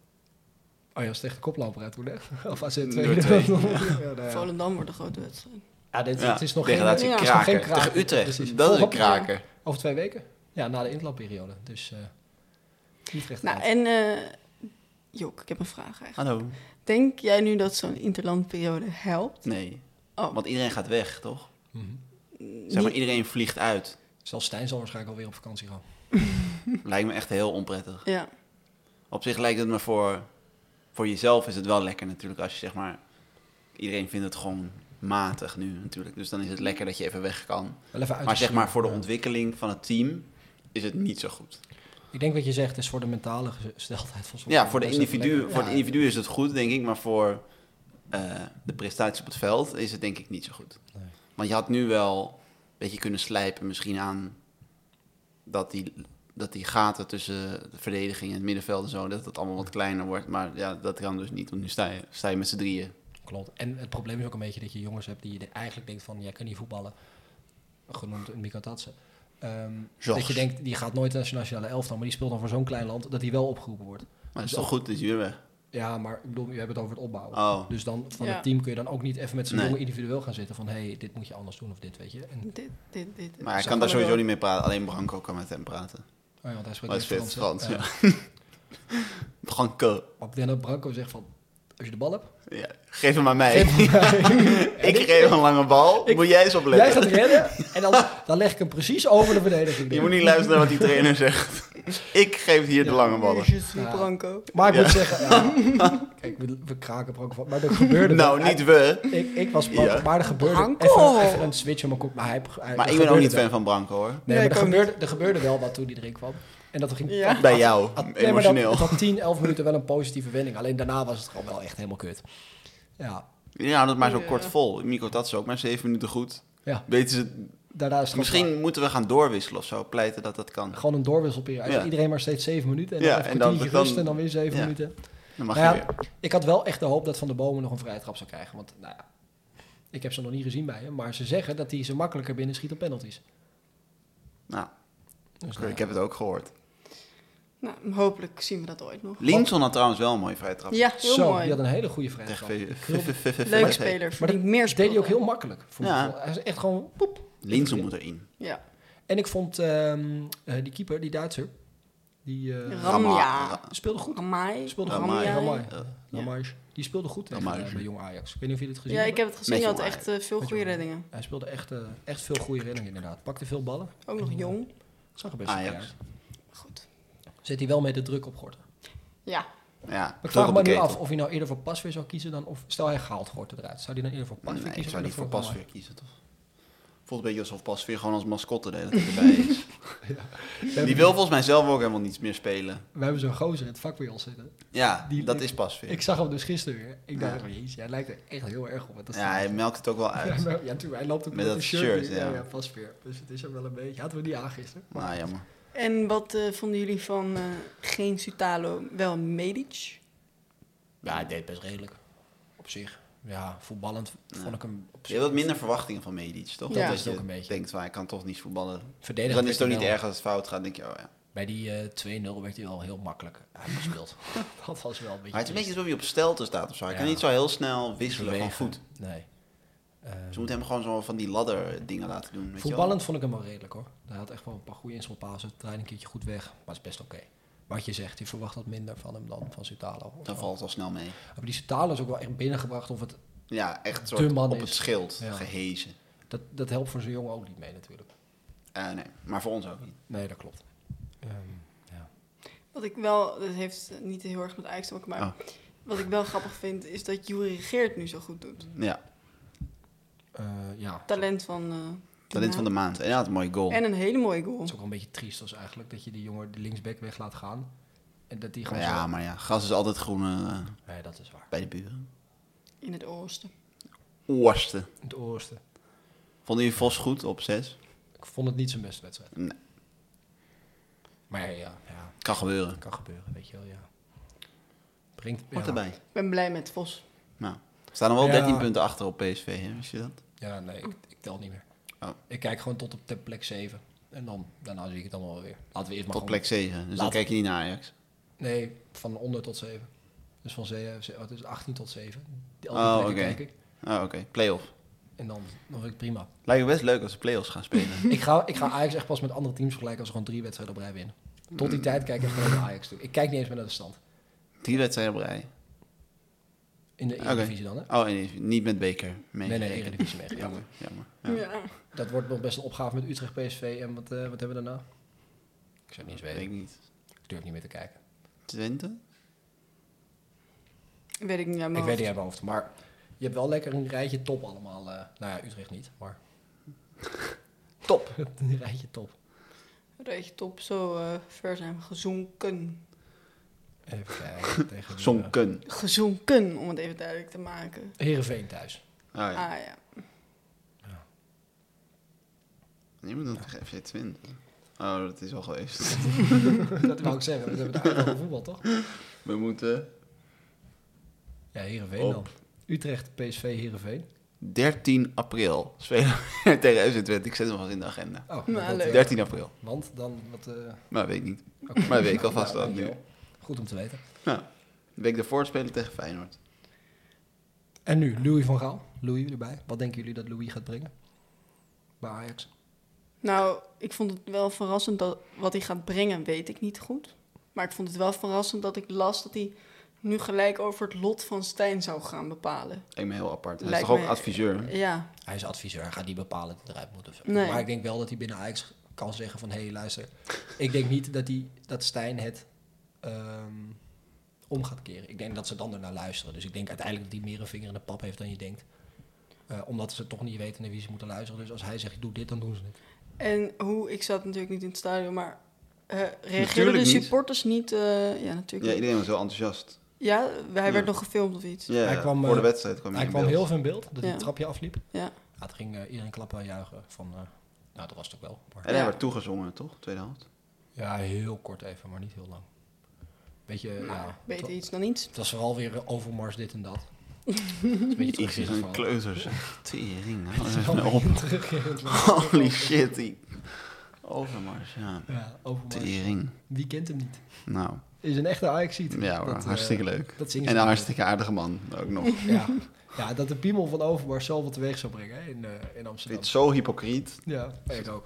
Speaker 1: Oh ja, was tegen de koploper uit toen, hè? Of AZ 2.
Speaker 5: Door twee.
Speaker 1: Ja, nou ja.
Speaker 2: Volendam wordt een grote wedstrijd.
Speaker 1: Ja, dit,
Speaker 5: Ja,
Speaker 1: het is nog geen, het
Speaker 5: degradatie
Speaker 1: is
Speaker 2: ja.
Speaker 1: nog
Speaker 5: kraker.
Speaker 1: geen kraker.
Speaker 5: Tegen Utrecht.
Speaker 1: Precies.
Speaker 5: Dat is een
Speaker 1: Volgende-
Speaker 5: kraker.
Speaker 1: Over twee weken? Ja, na de intlaapperiode. Dus eh Utrecht
Speaker 2: Nou,
Speaker 1: uit.
Speaker 2: en eh, Jok, ik heb een vraag eigenlijk.
Speaker 5: Hallo.
Speaker 2: Denk jij nu dat zo'n interlandperiode helpt?
Speaker 5: Nee.
Speaker 2: Oh,
Speaker 5: Want iedereen gaat weg, toch?
Speaker 1: Mhm.
Speaker 5: Zeg maar,
Speaker 2: niet-
Speaker 5: iedereen vliegt uit.
Speaker 1: Zelfs Stijn zal waarschijnlijk alweer op vakantie gaan.
Speaker 5: Lijkt me echt heel onprettig.
Speaker 2: Ja,
Speaker 5: Op zich lijkt het me voor, voor jezelf is het wel lekker natuurlijk. Als je zeg maar, iedereen vindt het gewoon matig nu natuurlijk. Dus dan is het lekker dat je even weg kan.
Speaker 1: Wel even uit
Speaker 5: Maar
Speaker 1: te
Speaker 5: zeg
Speaker 1: zien.
Speaker 5: maar voor de
Speaker 1: Ja.
Speaker 5: ontwikkeling van het team is het niet zo goed.
Speaker 1: Ik denk wat je zegt is voor de mentale gesteldheid van zo'n
Speaker 5: Ja, voor, de
Speaker 1: best even
Speaker 5: individu,
Speaker 1: lekker.
Speaker 5: voor het
Speaker 1: Ja.
Speaker 5: individu is het goed, denk ik. Maar voor eh, de prestaties op het veld is het denk ik niet zo goed.
Speaker 1: Nee.
Speaker 5: Want je had nu wel een beetje kunnen slijpen misschien aan... dat die, dat die gaten tussen de verdediging en het middenveld en zo... dat het allemaal wat kleiner wordt. Maar ja, dat kan dus niet, want nu sta je, sta je met z'n drieën.
Speaker 1: Klopt. En het probleem is ook een beetje dat je jongens hebt die je eigenlijk denkt van, jij kan niet voetballen. Genoemd een Mika Tatsen. Ehm, dat
Speaker 5: Georges.
Speaker 1: je denkt, die gaat nooit naar zijn nationale elftal, maar die speelt dan voor zo'n klein land dat hij wel opgeroepen wordt.
Speaker 5: Maar het is toch goed, dat je weer weg.
Speaker 1: Ja, maar ik bedoel, we hebben het over het opbouwen.
Speaker 5: Oh.
Speaker 1: Dus dan van
Speaker 2: Ja.
Speaker 1: het team kun je dan ook niet even met z'n
Speaker 5: Nee.
Speaker 1: jongen individueel gaan zitten van, hé, hey, dit moet je anders doen of dit, weet je. En, oh
Speaker 2: dit, dit, dit. dit.
Speaker 5: Maar hij
Speaker 1: Zo
Speaker 5: kan daar
Speaker 1: kan het
Speaker 5: sowieso
Speaker 1: wel.
Speaker 5: niet mee praten. Alleen Branco kan met hem praten.
Speaker 1: oh ja, want hij spreekt
Speaker 5: Maar hij
Speaker 1: niet
Speaker 5: speelt
Speaker 1: Frans,
Speaker 5: Frans,
Speaker 1: hè?
Speaker 5: ja.
Speaker 1: Ja.
Speaker 5: Branco.
Speaker 1: Maar ik denk dat Branco zegt van, als je de bal hebt,
Speaker 5: Ja, geef hem aan mij.
Speaker 1: geef hem aan mij.
Speaker 5: ik geef een lange bal.
Speaker 1: ik-
Speaker 5: Moet jij eens
Speaker 1: Jij
Speaker 5: opletten.
Speaker 1: gaat redden en dan, dan leg ik hem precies over de verdediging.
Speaker 5: Je moet niet luisteren naar wat die trainer zegt. Ik geef hier de lange ballen.
Speaker 2: Jezus,
Speaker 1: Ja.
Speaker 2: Branko.
Speaker 1: Maar ik
Speaker 5: Ja.
Speaker 1: moet zeggen, ja, kijk, we, we kraken er ook van. Maar er gebeurde
Speaker 5: Nou,
Speaker 1: wel.
Speaker 5: niet we.
Speaker 1: Ik, ik was bang,
Speaker 5: Ja.
Speaker 1: maar er gebeurde
Speaker 2: Branko.
Speaker 1: even, even een switch om mijn kop. Maar, hij, hij-
Speaker 5: Maar
Speaker 1: er
Speaker 5: ik ben ook
Speaker 1: gebeurde
Speaker 5: niet
Speaker 1: wel.
Speaker 5: fan van Branco hoor.
Speaker 1: Nee,
Speaker 2: Nee,
Speaker 1: maar er
Speaker 2: ik ook
Speaker 1: gebeurde, er gebeurde wel wat toen die erin kwam. En dat ging
Speaker 2: Ja.
Speaker 5: Bij jou,
Speaker 1: had- nee, maar dat-
Speaker 5: Hm, emotioneel.
Speaker 1: Het had 10, 11 minuten wel een positieve wending. Alleen daarna was het gewoon wel echt helemaal kut. Ja,
Speaker 5: Ja, dat maar zo
Speaker 2: Ja.
Speaker 5: kort vol. Mico, dat is ook maar zeven minuten goed.
Speaker 1: Ja.
Speaker 5: Weten ze,
Speaker 1: daarna is het gewoon,
Speaker 5: misschien moeten we gaan doorwisselen of zo. Pleiten dat dat kan.
Speaker 1: gewoon een doorwisselperiode.
Speaker 5: Ja.
Speaker 1: Iedereen maar steeds 7 minuten. En
Speaker 5: Ja,
Speaker 1: dan even
Speaker 5: en
Speaker 1: een
Speaker 5: dan-
Speaker 1: kwartiertje
Speaker 5: dan-
Speaker 1: rust en dan weer 7
Speaker 5: ja.
Speaker 1: minuten.
Speaker 5: Dan mag je
Speaker 1: Nou ja,
Speaker 5: weer.
Speaker 1: ik had wel echt de hoop dat Van der Bomen nog een vrije trap zou krijgen. Want nou ja, ik heb ze nog niet gezien bij hem. Maar ze zeggen dat hij ze makkelijker binnen schiet op penalties.
Speaker 5: Nou,
Speaker 1: Dus nou
Speaker 5: ik
Speaker 1: ja.
Speaker 5: heb het ook gehoord.
Speaker 2: Nou, hopelijk zien we dat ooit nog.
Speaker 5: Linson had trouwens wel een mooie vrije trap.
Speaker 2: Ja, heel
Speaker 1: Zo,
Speaker 2: mooi.
Speaker 1: die had een hele goede vrije
Speaker 5: Tegen
Speaker 1: trap.
Speaker 5: V-
Speaker 1: Krul-
Speaker 5: V- V- V- V-
Speaker 2: Leuke
Speaker 5: V-
Speaker 2: speler.
Speaker 1: Maar dat
Speaker 2: Verdient meer
Speaker 1: deed hij ook
Speaker 2: speeltijd.
Speaker 1: heel makkelijk. voor mijn
Speaker 5: Ja.
Speaker 1: gevoel. Hij is echt gewoon poep.
Speaker 5: Linson moet erin.
Speaker 2: Ja.
Speaker 1: En ik vond ehm, eh, die keeper, die Duitser, die eh,
Speaker 2: Ja.
Speaker 5: Rama- Ra-
Speaker 1: speelde goed.
Speaker 2: Amai.
Speaker 1: Speelde
Speaker 5: Ramai.
Speaker 1: goed. Ramai.
Speaker 5: Eh,
Speaker 1: Ramai. Die speelde goed tegen,
Speaker 5: Ramai.
Speaker 1: eh, bij Jong Ajax. Ik weet niet of jullie het gezien
Speaker 2: Ja, ik
Speaker 1: hebben.
Speaker 2: heb het gezien. Je
Speaker 5: Met
Speaker 2: had
Speaker 5: jongen.
Speaker 2: echt eh, veel
Speaker 1: Met
Speaker 2: goede
Speaker 1: jongen.
Speaker 2: reddingen.
Speaker 1: Hij speelde echt, eh, echt veel goede reddingen inderdaad. Pakte veel ballen.
Speaker 2: Ook nog
Speaker 1: En, eh,
Speaker 2: jong.
Speaker 1: Zag er best wel
Speaker 5: Ajax.
Speaker 1: uit.
Speaker 2: Maar goed.
Speaker 1: Zit hij wel met de druk op Gorten.
Speaker 2: Ja.
Speaker 5: Ja,
Speaker 1: Ik
Speaker 5: terug
Speaker 1: vraag
Speaker 5: op
Speaker 1: me
Speaker 5: de
Speaker 1: nu
Speaker 5: ketel.
Speaker 1: af of hij nou eerder voor Pasveer zou kiezen dan... Of, stel hij haalt Gorten eruit. Zou hij dan eerder voor Pasveer
Speaker 5: Nee,
Speaker 1: kiezen?
Speaker 5: ik zou
Speaker 1: of
Speaker 5: niet voor
Speaker 1: Ramai?
Speaker 5: pas weer kiezen, toch? voelt een beetje alsof Pasveer gewoon als mascotte de hele tijd erbij is. Die wil volgens mij zelf ook helemaal niets meer spelen.
Speaker 1: We hebben zo'n gozer in het vak bij ons zitten.
Speaker 5: Ja,
Speaker 1: Die-
Speaker 5: dat is Pasveer.
Speaker 1: Ik zag hem dus gisteren weer. Ik dacht,
Speaker 5: Ja.
Speaker 1: van, jezus, jij lijkt er echt heel erg op. Dat is-
Speaker 5: Ja, hij melkt het ook wel uit.
Speaker 1: Ja, maar- ja, natuurlijk. Hij loopt ook
Speaker 5: Met
Speaker 1: met
Speaker 5: dat
Speaker 1: een shirt.
Speaker 5: shirt,
Speaker 1: in. ja.
Speaker 5: ja.
Speaker 1: ja, pas weer. Dus het is hem wel een beetje. Hadden we die aan gisteren. Maar
Speaker 5: Nou, jammer.
Speaker 2: En wat eh, vonden jullie van eh, geen Sutalo, wel Medic?
Speaker 1: Ja, hij deed best redelijk. Op zich. Ja, voetballend vond ik hem op
Speaker 5: Je hebt wat minder verwachtingen van Medic, toch?
Speaker 2: Ja.
Speaker 1: Dat is het ook een beetje.
Speaker 5: denkt, van, hij kan toch niet voetballen. Dus
Speaker 1: Verdedigend
Speaker 5: dan is het ook
Speaker 1: werd hij
Speaker 5: niet
Speaker 1: wel-
Speaker 5: erg als het fout gaat. Dan denk je, oh ja.
Speaker 1: Bij die eh, 2-0 werd hij wel heel makkelijk uitgespeeld. dat was wel een beetje...
Speaker 5: Maar het is een beetje
Speaker 1: triest.
Speaker 5: alsof hij op stelte staat of zo. Hij
Speaker 1: Ja.
Speaker 5: kan niet zo heel snel wisselen van
Speaker 1: Bewegen.
Speaker 5: voet.
Speaker 1: Nee. Eh,
Speaker 5: Ze moeten hem gewoon zo van die ladder dingen laten doen. Weet je wel?
Speaker 1: voetballend vond ik hem wel redelijk hoor. Hij had echt wel een paar goede inspelpasen. Het draaide een keertje goed weg. Maar het is best oké. Wat je zegt, je verwacht wat minder van hem dan van Zutalo. of
Speaker 5: Dan
Speaker 1: zo.
Speaker 5: valt het al snel mee.
Speaker 1: Maar die Zutalo is ook wel echt binnengebracht of het
Speaker 5: Ja, echt
Speaker 1: De
Speaker 5: soort
Speaker 1: man
Speaker 5: op
Speaker 1: is-
Speaker 5: het schild
Speaker 1: Ja.
Speaker 5: gehezen.
Speaker 1: Dat, dat helpt voor zo'n jongen ook niet mee natuurlijk.
Speaker 5: Eh, nee, maar voor ons ook niet.
Speaker 1: Nee, dat klopt. Ehm, ja.
Speaker 2: Wat ik wel, dat heeft eh, niet heel erg met Ajax te maken, maar
Speaker 5: Oh.
Speaker 2: wat ik wel grappig vind is dat Juri Geert nu zo goed doet.
Speaker 5: Ja,
Speaker 1: ja.
Speaker 2: Talent van. eh,
Speaker 5: talent van de maand. En hij had een mooie goal.
Speaker 2: En een hele mooie goal.
Speaker 1: Het is ook wel een beetje triest als eigenlijk dat je die jongen de linksback weg laat gaan. En dat die
Speaker 5: Maar
Speaker 1: gewoon
Speaker 5: ja,
Speaker 1: zo...
Speaker 5: maar ja, gras is altijd groen eh,
Speaker 1: Nee, dat is waar.
Speaker 5: bij de buren.
Speaker 2: In het oosten.
Speaker 5: Oorste.
Speaker 1: Het oorste.
Speaker 5: Vonden jullie Vos goed op 6?
Speaker 1: Ik vond het niet zijn beste wedstrijd.
Speaker 5: Nee.
Speaker 1: Maar ja, ja, ja,
Speaker 5: Kan gebeuren.
Speaker 1: kan gebeuren, weet je wel, ja. Brengt, ja.
Speaker 5: Hoort erbij.
Speaker 2: Ik ben blij met Vos.
Speaker 5: Nou, we staan nog wel
Speaker 1: Ja.
Speaker 5: 13 punten achter op PSV, hè? wist je dat?
Speaker 1: Ja, nee, ik, ik tel niet meer.
Speaker 5: Oh.
Speaker 1: Ik kijk gewoon tot op de plek 7. En dan, daarna zie ik het allemaal wel weer. Laten we eerst maar gewoon-
Speaker 5: Tot plek 7. Dus dan
Speaker 1: Laat-
Speaker 5: kijk je niet naar Ajax.
Speaker 1: Nee, van onder tot 7. Dus van ze- ze- wat is het, 18 tot 7. Die
Speaker 5: Oh,
Speaker 1: andere plekken
Speaker 5: oké.
Speaker 1: kijk ik.
Speaker 5: Oh, oké. Playoff.
Speaker 1: En dan nog ik prima.
Speaker 5: Lijkt me best leuk als we playoffs gaan spelen.
Speaker 1: ik, ga, ik ga Ajax echt pas met andere teams vergelijken als ze gewoon drie wedstrijden op rij winnen. Tot die tijd kijk ik gewoon naar Ajax toe. Ik kijk niet eens meer naar de stand.
Speaker 5: Drie wedstrijden op rij.
Speaker 1: In de
Speaker 5: Oké.
Speaker 1: Eredivisie dan, hè?
Speaker 5: Oh, en niet met beker. mee.
Speaker 1: Nee, nee, Eredivisie mee.
Speaker 5: Jammer, jammer.
Speaker 2: Ja.
Speaker 5: Ja.
Speaker 1: Dat wordt nog best een opgave met Utrecht, PSV en wat, eh, wat hebben we daarna? Ik zou het niet eens
Speaker 5: Weet ik
Speaker 1: weten.
Speaker 5: niet.
Speaker 1: Ik durf niet meer te kijken.
Speaker 5: Twente?
Speaker 2: Weet ik niet aan
Speaker 1: ik
Speaker 2: mijn
Speaker 1: weet
Speaker 2: hoofd.
Speaker 1: niet uit mijn hoofd, maar je hebt wel lekker een rijtje top allemaal. eh, nou ja, Utrecht niet, maar... top! een rijtje top.
Speaker 2: Reetje top, zo eh, ver zijn we gezonken.
Speaker 1: Even kijken. tegen wie, eh,
Speaker 5: Zonken.
Speaker 2: Gezonken, om het even duidelijk te maken.
Speaker 1: Heerenveen thuis.
Speaker 5: Oh ja.
Speaker 2: Ah ja.
Speaker 5: Nee, maar dan tegen FC Twente. Oh, dat is al geweest.
Speaker 1: Dat wou ik zeggen, we hebben het eigenlijk over voetbal, toch?
Speaker 5: We moeten
Speaker 1: Ja, Heerenveen
Speaker 5: Op.
Speaker 1: dan. Utrecht, PSV, Heerenveen.
Speaker 5: 13 april spelen we tegen FC Twente. Ik zet hem al in de agenda.
Speaker 1: Oh,
Speaker 2: Nou,
Speaker 1: dat,
Speaker 2: leuk.
Speaker 1: eh,
Speaker 5: 13 april.
Speaker 1: Want dan wat... eh,
Speaker 5: Maar weet ik niet.
Speaker 1: oké.
Speaker 5: Maar weet ik alvast
Speaker 1: Nou,
Speaker 5: al nu.
Speaker 1: dankjewel. Goed om te weten.
Speaker 5: Nou, de week daarvoor spelen we tegen Feyenoord.
Speaker 1: En nu, Louis van Gaal. Louis erbij. Wat denken jullie dat Louis gaat brengen? Bij Ajax.
Speaker 2: Nou, ik vond het wel verrassend dat wat hij gaat brengen, weet ik niet goed. Maar ik vond het wel verrassend dat ik las dat hij nu gelijk over het lot van Stijn zou gaan bepalen.
Speaker 5: Lijkt me heel apart. Hij
Speaker 2: Lijkt
Speaker 5: is toch
Speaker 2: me-
Speaker 5: ook adviseur?
Speaker 2: Ja,
Speaker 1: Hij is adviseur, hij gaat niet bepalen dat hij eruit moet. Of zo.
Speaker 2: Nee.
Speaker 1: Maar ik denk wel dat hij binnen Ajax kan zeggen van... hé, hey, luister, ik denk niet dat, die, dat Stijn het ehm, om gaat keren. Ik denk dat ze dan ernaar luisteren. Dus ik denk uiteindelijk dat hij meer een vinger in de pap heeft dan je denkt. Eh, omdat ze toch niet weten naar wie ze moeten luisteren. Dus als hij zegt, doe dit, dan doen ze het.
Speaker 2: en hoe, ik zat natuurlijk niet in het stadion, maar eh reageerden
Speaker 5: Natuurlijk
Speaker 2: de
Speaker 5: niet.
Speaker 2: supporters niet? eh, ja,
Speaker 5: Ja,
Speaker 2: natuurlijk. niet.
Speaker 5: iedereen was heel enthousiast.
Speaker 2: Ja, hij werd
Speaker 5: Ja.
Speaker 2: nog gefilmd of iets.
Speaker 5: Ja,
Speaker 1: Hij kwam,
Speaker 5: voor de
Speaker 1: eh,
Speaker 5: wedstrijd kwam hij,
Speaker 1: hij
Speaker 5: in
Speaker 1: kwam
Speaker 5: beeld.
Speaker 1: heel veel in beeld, dat hij
Speaker 2: Ja.
Speaker 1: het trapje afliep.
Speaker 2: Ja.
Speaker 1: Ja, het ging eh, iedereen klappen en juichen van... eh, nou, dat was het ook wel. maar-
Speaker 5: En hij
Speaker 2: Ja.
Speaker 5: werd toegezongen, toch? Tweede helft.
Speaker 1: Ja, heel kort even, maar niet heel lang. Beetje, ja,
Speaker 2: Beter
Speaker 1: het, wa-
Speaker 2: iets dan niets.
Speaker 1: het was vooral weer eh, overmars dit en dat. Het is een beetje
Speaker 5: Ik zie
Speaker 1: terugkerend
Speaker 5: zo'n
Speaker 1: verhaal.
Speaker 5: kleuters. Tering. nou,
Speaker 1: Het is wel
Speaker 5: even
Speaker 1: een
Speaker 5: op.
Speaker 1: beetje terugkerend verhaal.
Speaker 5: Holy shit. Die... Overmars, ja.
Speaker 1: Ja, overmars.
Speaker 5: Tering.
Speaker 1: Wie kent hem niet?
Speaker 5: Nou,
Speaker 1: Is een echte Ajaxiet.
Speaker 5: ja hoor,
Speaker 1: Dat, eh,
Speaker 5: hartstikke leuk.
Speaker 1: dat zingen ze
Speaker 5: En een
Speaker 1: ook.
Speaker 5: hartstikke aardige man ook nog.
Speaker 1: Ja. ja, dat de piemel van Overmars zoveel teweeg zou brengen hè, in, eh, in
Speaker 5: Dit
Speaker 1: Amsterdam.
Speaker 5: is zo hypocriet.
Speaker 1: Ja, ik ook.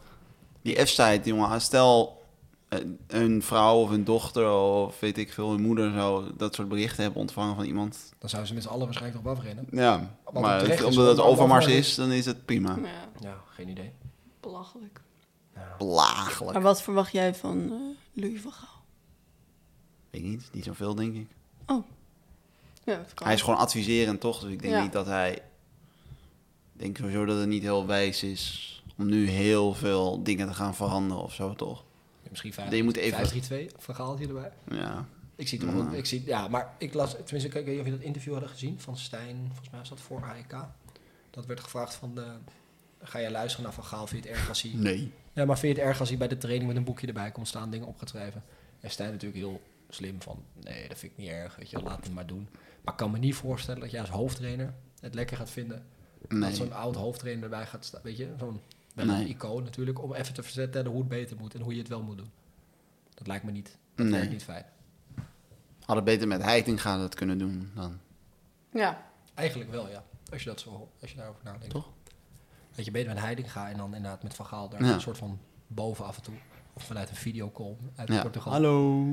Speaker 5: Die F-site, jongen, ah, stel eh, een vrouw of een dochter of weet ik veel, een moeder zou dat soort berichten hebben ontvangen van iemand.
Speaker 1: Dan zouden ze met z'n allen waarschijnlijk nog afrennen.
Speaker 5: Ja,
Speaker 1: Wat
Speaker 5: maar
Speaker 1: terecht
Speaker 5: het-
Speaker 1: is,
Speaker 5: omdat het
Speaker 1: omdat het
Speaker 5: overmars
Speaker 1: overmars
Speaker 5: is, dan is het prima.
Speaker 2: Ja,
Speaker 1: Ja, geen idee.
Speaker 2: belachelijk.
Speaker 5: Belachelijk.
Speaker 2: Maar wat verwacht jij van eh Louis van Gaal?
Speaker 5: Weet ik niet, niet zoveel denk ik.
Speaker 2: Ja, dat kan.
Speaker 5: Hij is gewoon adviserend toch, dus ik denk
Speaker 2: Ja.
Speaker 5: niet dat hij denk sowieso dat het niet heel wijs is om nu heel veel dingen te gaan veranderen of zo, toch?
Speaker 1: Misschien 5
Speaker 5: Je moet even-
Speaker 1: 5-3-2, vergaaltje erbij.
Speaker 5: Ja.
Speaker 1: Ik zie het nog
Speaker 5: Nou.
Speaker 1: wel- ik zie, ja, maar ik las, tenminste, ik weet niet of je dat interview hadden gezien van Stijn, volgens mij was dat voor AEK. Dat werd gevraagd van, eh, ga jij luisteren naar Van Gaal, vind je het erg als hij...
Speaker 5: Nee.
Speaker 1: Ja, maar vind je het erg als hij bij de training met een boekje erbij komt staan, dingen op gaat schrijven? En Stijn natuurlijk heel slim van, nee, dat vind ik niet erg, weet je, wel, laat het maar doen. Maar ik kan me niet voorstellen dat jij als hoofdtrainer het lekker gaat vinden dat
Speaker 5: Nee.
Speaker 1: zo'n oud hoofdtrainer erbij gaat staan, weet je, zo'n wel
Speaker 5: Nee.
Speaker 1: een icoon natuurlijk, om even te verzetten hoe het beter moet en hoe je het wel moet doen. Dat lijkt me niet, dat
Speaker 5: Nee.
Speaker 1: lijkt me niet fijn.
Speaker 5: Hadden beter met Heitinga dat kunnen doen dan.
Speaker 2: Ja,
Speaker 1: Eigenlijk wel, ja. Als je, dat zo, als je daarover nadenkt.
Speaker 5: Toch?
Speaker 1: Dat je beter met Heiding gaat en dan inderdaad met Van Gaal daar
Speaker 5: Ja.
Speaker 1: een soort van boven af en toe. Of vanuit een videocall uit
Speaker 5: Ja.
Speaker 1: Portugal.
Speaker 5: Hallo.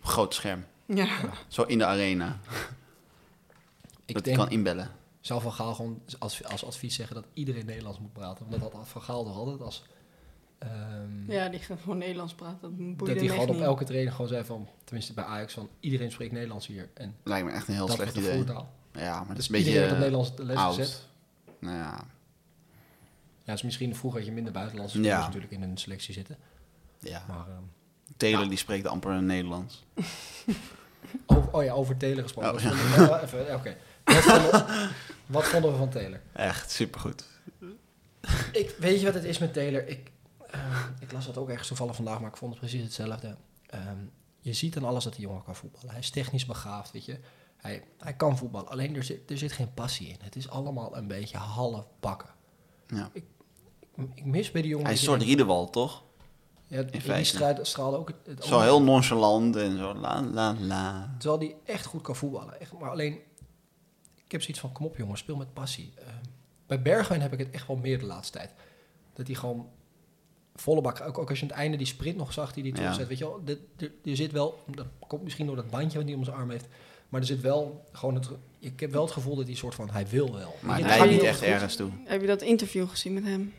Speaker 5: Groot scherm.
Speaker 2: ja.
Speaker 5: Zo in de arena.
Speaker 1: Ik
Speaker 5: dat
Speaker 1: denk,
Speaker 5: kan inbellen.
Speaker 1: zou Van Gaal gewoon als, als advies zeggen dat iedereen Nederlands moet praten. Want dat had Van Gaal toch altijd als... ehm,
Speaker 2: ja die gaat gewoon Nederlands praten. Dat boeit
Speaker 1: dat
Speaker 2: hem
Speaker 1: hij
Speaker 2: echt
Speaker 1: gewoon op
Speaker 2: niet.
Speaker 1: elke training gewoon zei van... Tenminste bij Ajax van iedereen spreekt Nederlands hier. En
Speaker 5: Lijkt me echt een heel
Speaker 1: dat wordt
Speaker 5: slecht
Speaker 1: de
Speaker 5: idee.
Speaker 1: voertaal.
Speaker 5: Ja, maar dat is
Speaker 1: Dus
Speaker 5: een beetje
Speaker 1: iedereen werd op
Speaker 5: eh,
Speaker 1: Nederlands de les
Speaker 5: oud.
Speaker 1: gezet.
Speaker 5: Nou ja,
Speaker 1: Ja, dus misschien vroeger had je minder buitenlandse
Speaker 5: Ja.
Speaker 1: spelers natuurlijk in een selectie zitten.
Speaker 5: ja.
Speaker 1: Maar... ehm,
Speaker 5: Taylor die spreekt amper Nederlands.
Speaker 1: Over, oh ja, over Taylor gesproken.
Speaker 5: Oh,
Speaker 1: Wat vonden we- eh, even, eh, oké. wat, vonden, wat vonden we van Taylor?
Speaker 5: Echt supergoed.
Speaker 1: Ik, weet je wat het is met Taylor? Ik, eh, ik las dat ook ergens toevallig vandaag, maar ik vond het precies hetzelfde. Ehm, je ziet aan alles dat die jongen kan voetballen. Hij is technisch begaafd, weet je. Hij, hij kan voetballen, alleen er zit, er zit geen passie in. Het is allemaal een beetje half bakken.
Speaker 5: Ja.
Speaker 1: Ik, ik mis bij die jongen...
Speaker 5: Hij is een
Speaker 1: dat
Speaker 5: soort
Speaker 1: je
Speaker 5: Riedewald, toch?
Speaker 1: denkt- Ja, die
Speaker 5: feite.
Speaker 1: straalde, straalde ook... Het, het
Speaker 5: Zo heel nonchalant en zo la la la.
Speaker 1: Terwijl die echt goed kan voetballen. Echt, maar alleen, ik heb zoiets van, kom op jongen, speel met passie. Ehm, bij Bergwijn heb ik het echt wel meer de laatste tijd. Dat hij gewoon volle bak, ook, ook als je aan het einde die sprint nog zag die die
Speaker 5: Ja.
Speaker 1: terugzet. Weet je wel, dit- er- er zit wel, dat komt misschien door dat bandje wat hij om zijn arm heeft. Maar er zit wel gewoon het, ik heb wel het gevoel dat hij soort van, hij wil wel. Weet
Speaker 5: Maar het
Speaker 1: je,
Speaker 5: leidt
Speaker 2: gaat
Speaker 5: niet
Speaker 1: wil
Speaker 5: echt
Speaker 1: goed.
Speaker 5: ergens toe.
Speaker 2: Heb je dat interview gezien met hem?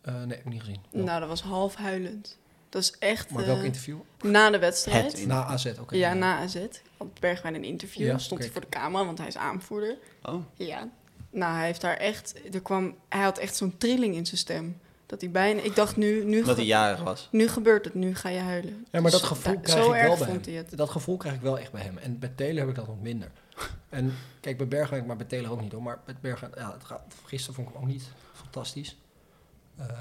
Speaker 1: Eh, nee, heb ik niet gezien.
Speaker 2: Nou, dat was half huilend. Dat is echt
Speaker 1: maar
Speaker 2: eh,
Speaker 1: welk interview?
Speaker 2: na de wedstrijd.
Speaker 5: Het
Speaker 1: Na AZ, oké.
Speaker 2: ja, na AZ. Op Bergwijn een interview.
Speaker 1: Ja,
Speaker 2: Dan stond
Speaker 1: kijk.
Speaker 2: hij voor de camera, want hij is aanvoerder.
Speaker 5: Oh,
Speaker 2: Ja. Nou, hij heeft daar echt... Er kwam, hij had echt zo'n trilling in zijn stem. Dat hij bijna... Ik dacht, nu, nu,
Speaker 5: dat hij jarig was.
Speaker 2: nu gebeurt het. Nu ga je huilen.
Speaker 1: Ja, maar dat
Speaker 2: Dus
Speaker 1: gevoel
Speaker 2: da-
Speaker 1: krijg
Speaker 2: zo
Speaker 1: ik
Speaker 2: erg
Speaker 1: wel bij
Speaker 2: vond
Speaker 1: hem.
Speaker 2: hij het.
Speaker 1: Dat gevoel krijg ik wel echt bij hem. En bij Taylor heb ik dat nog minder. En kijk, bij Bergwijn, maar bij Taylor ook niet hoor. Maar bij Bergwijn, ja, het gaat, gisteren vond ik hem ook niet fantastisch. Ehm,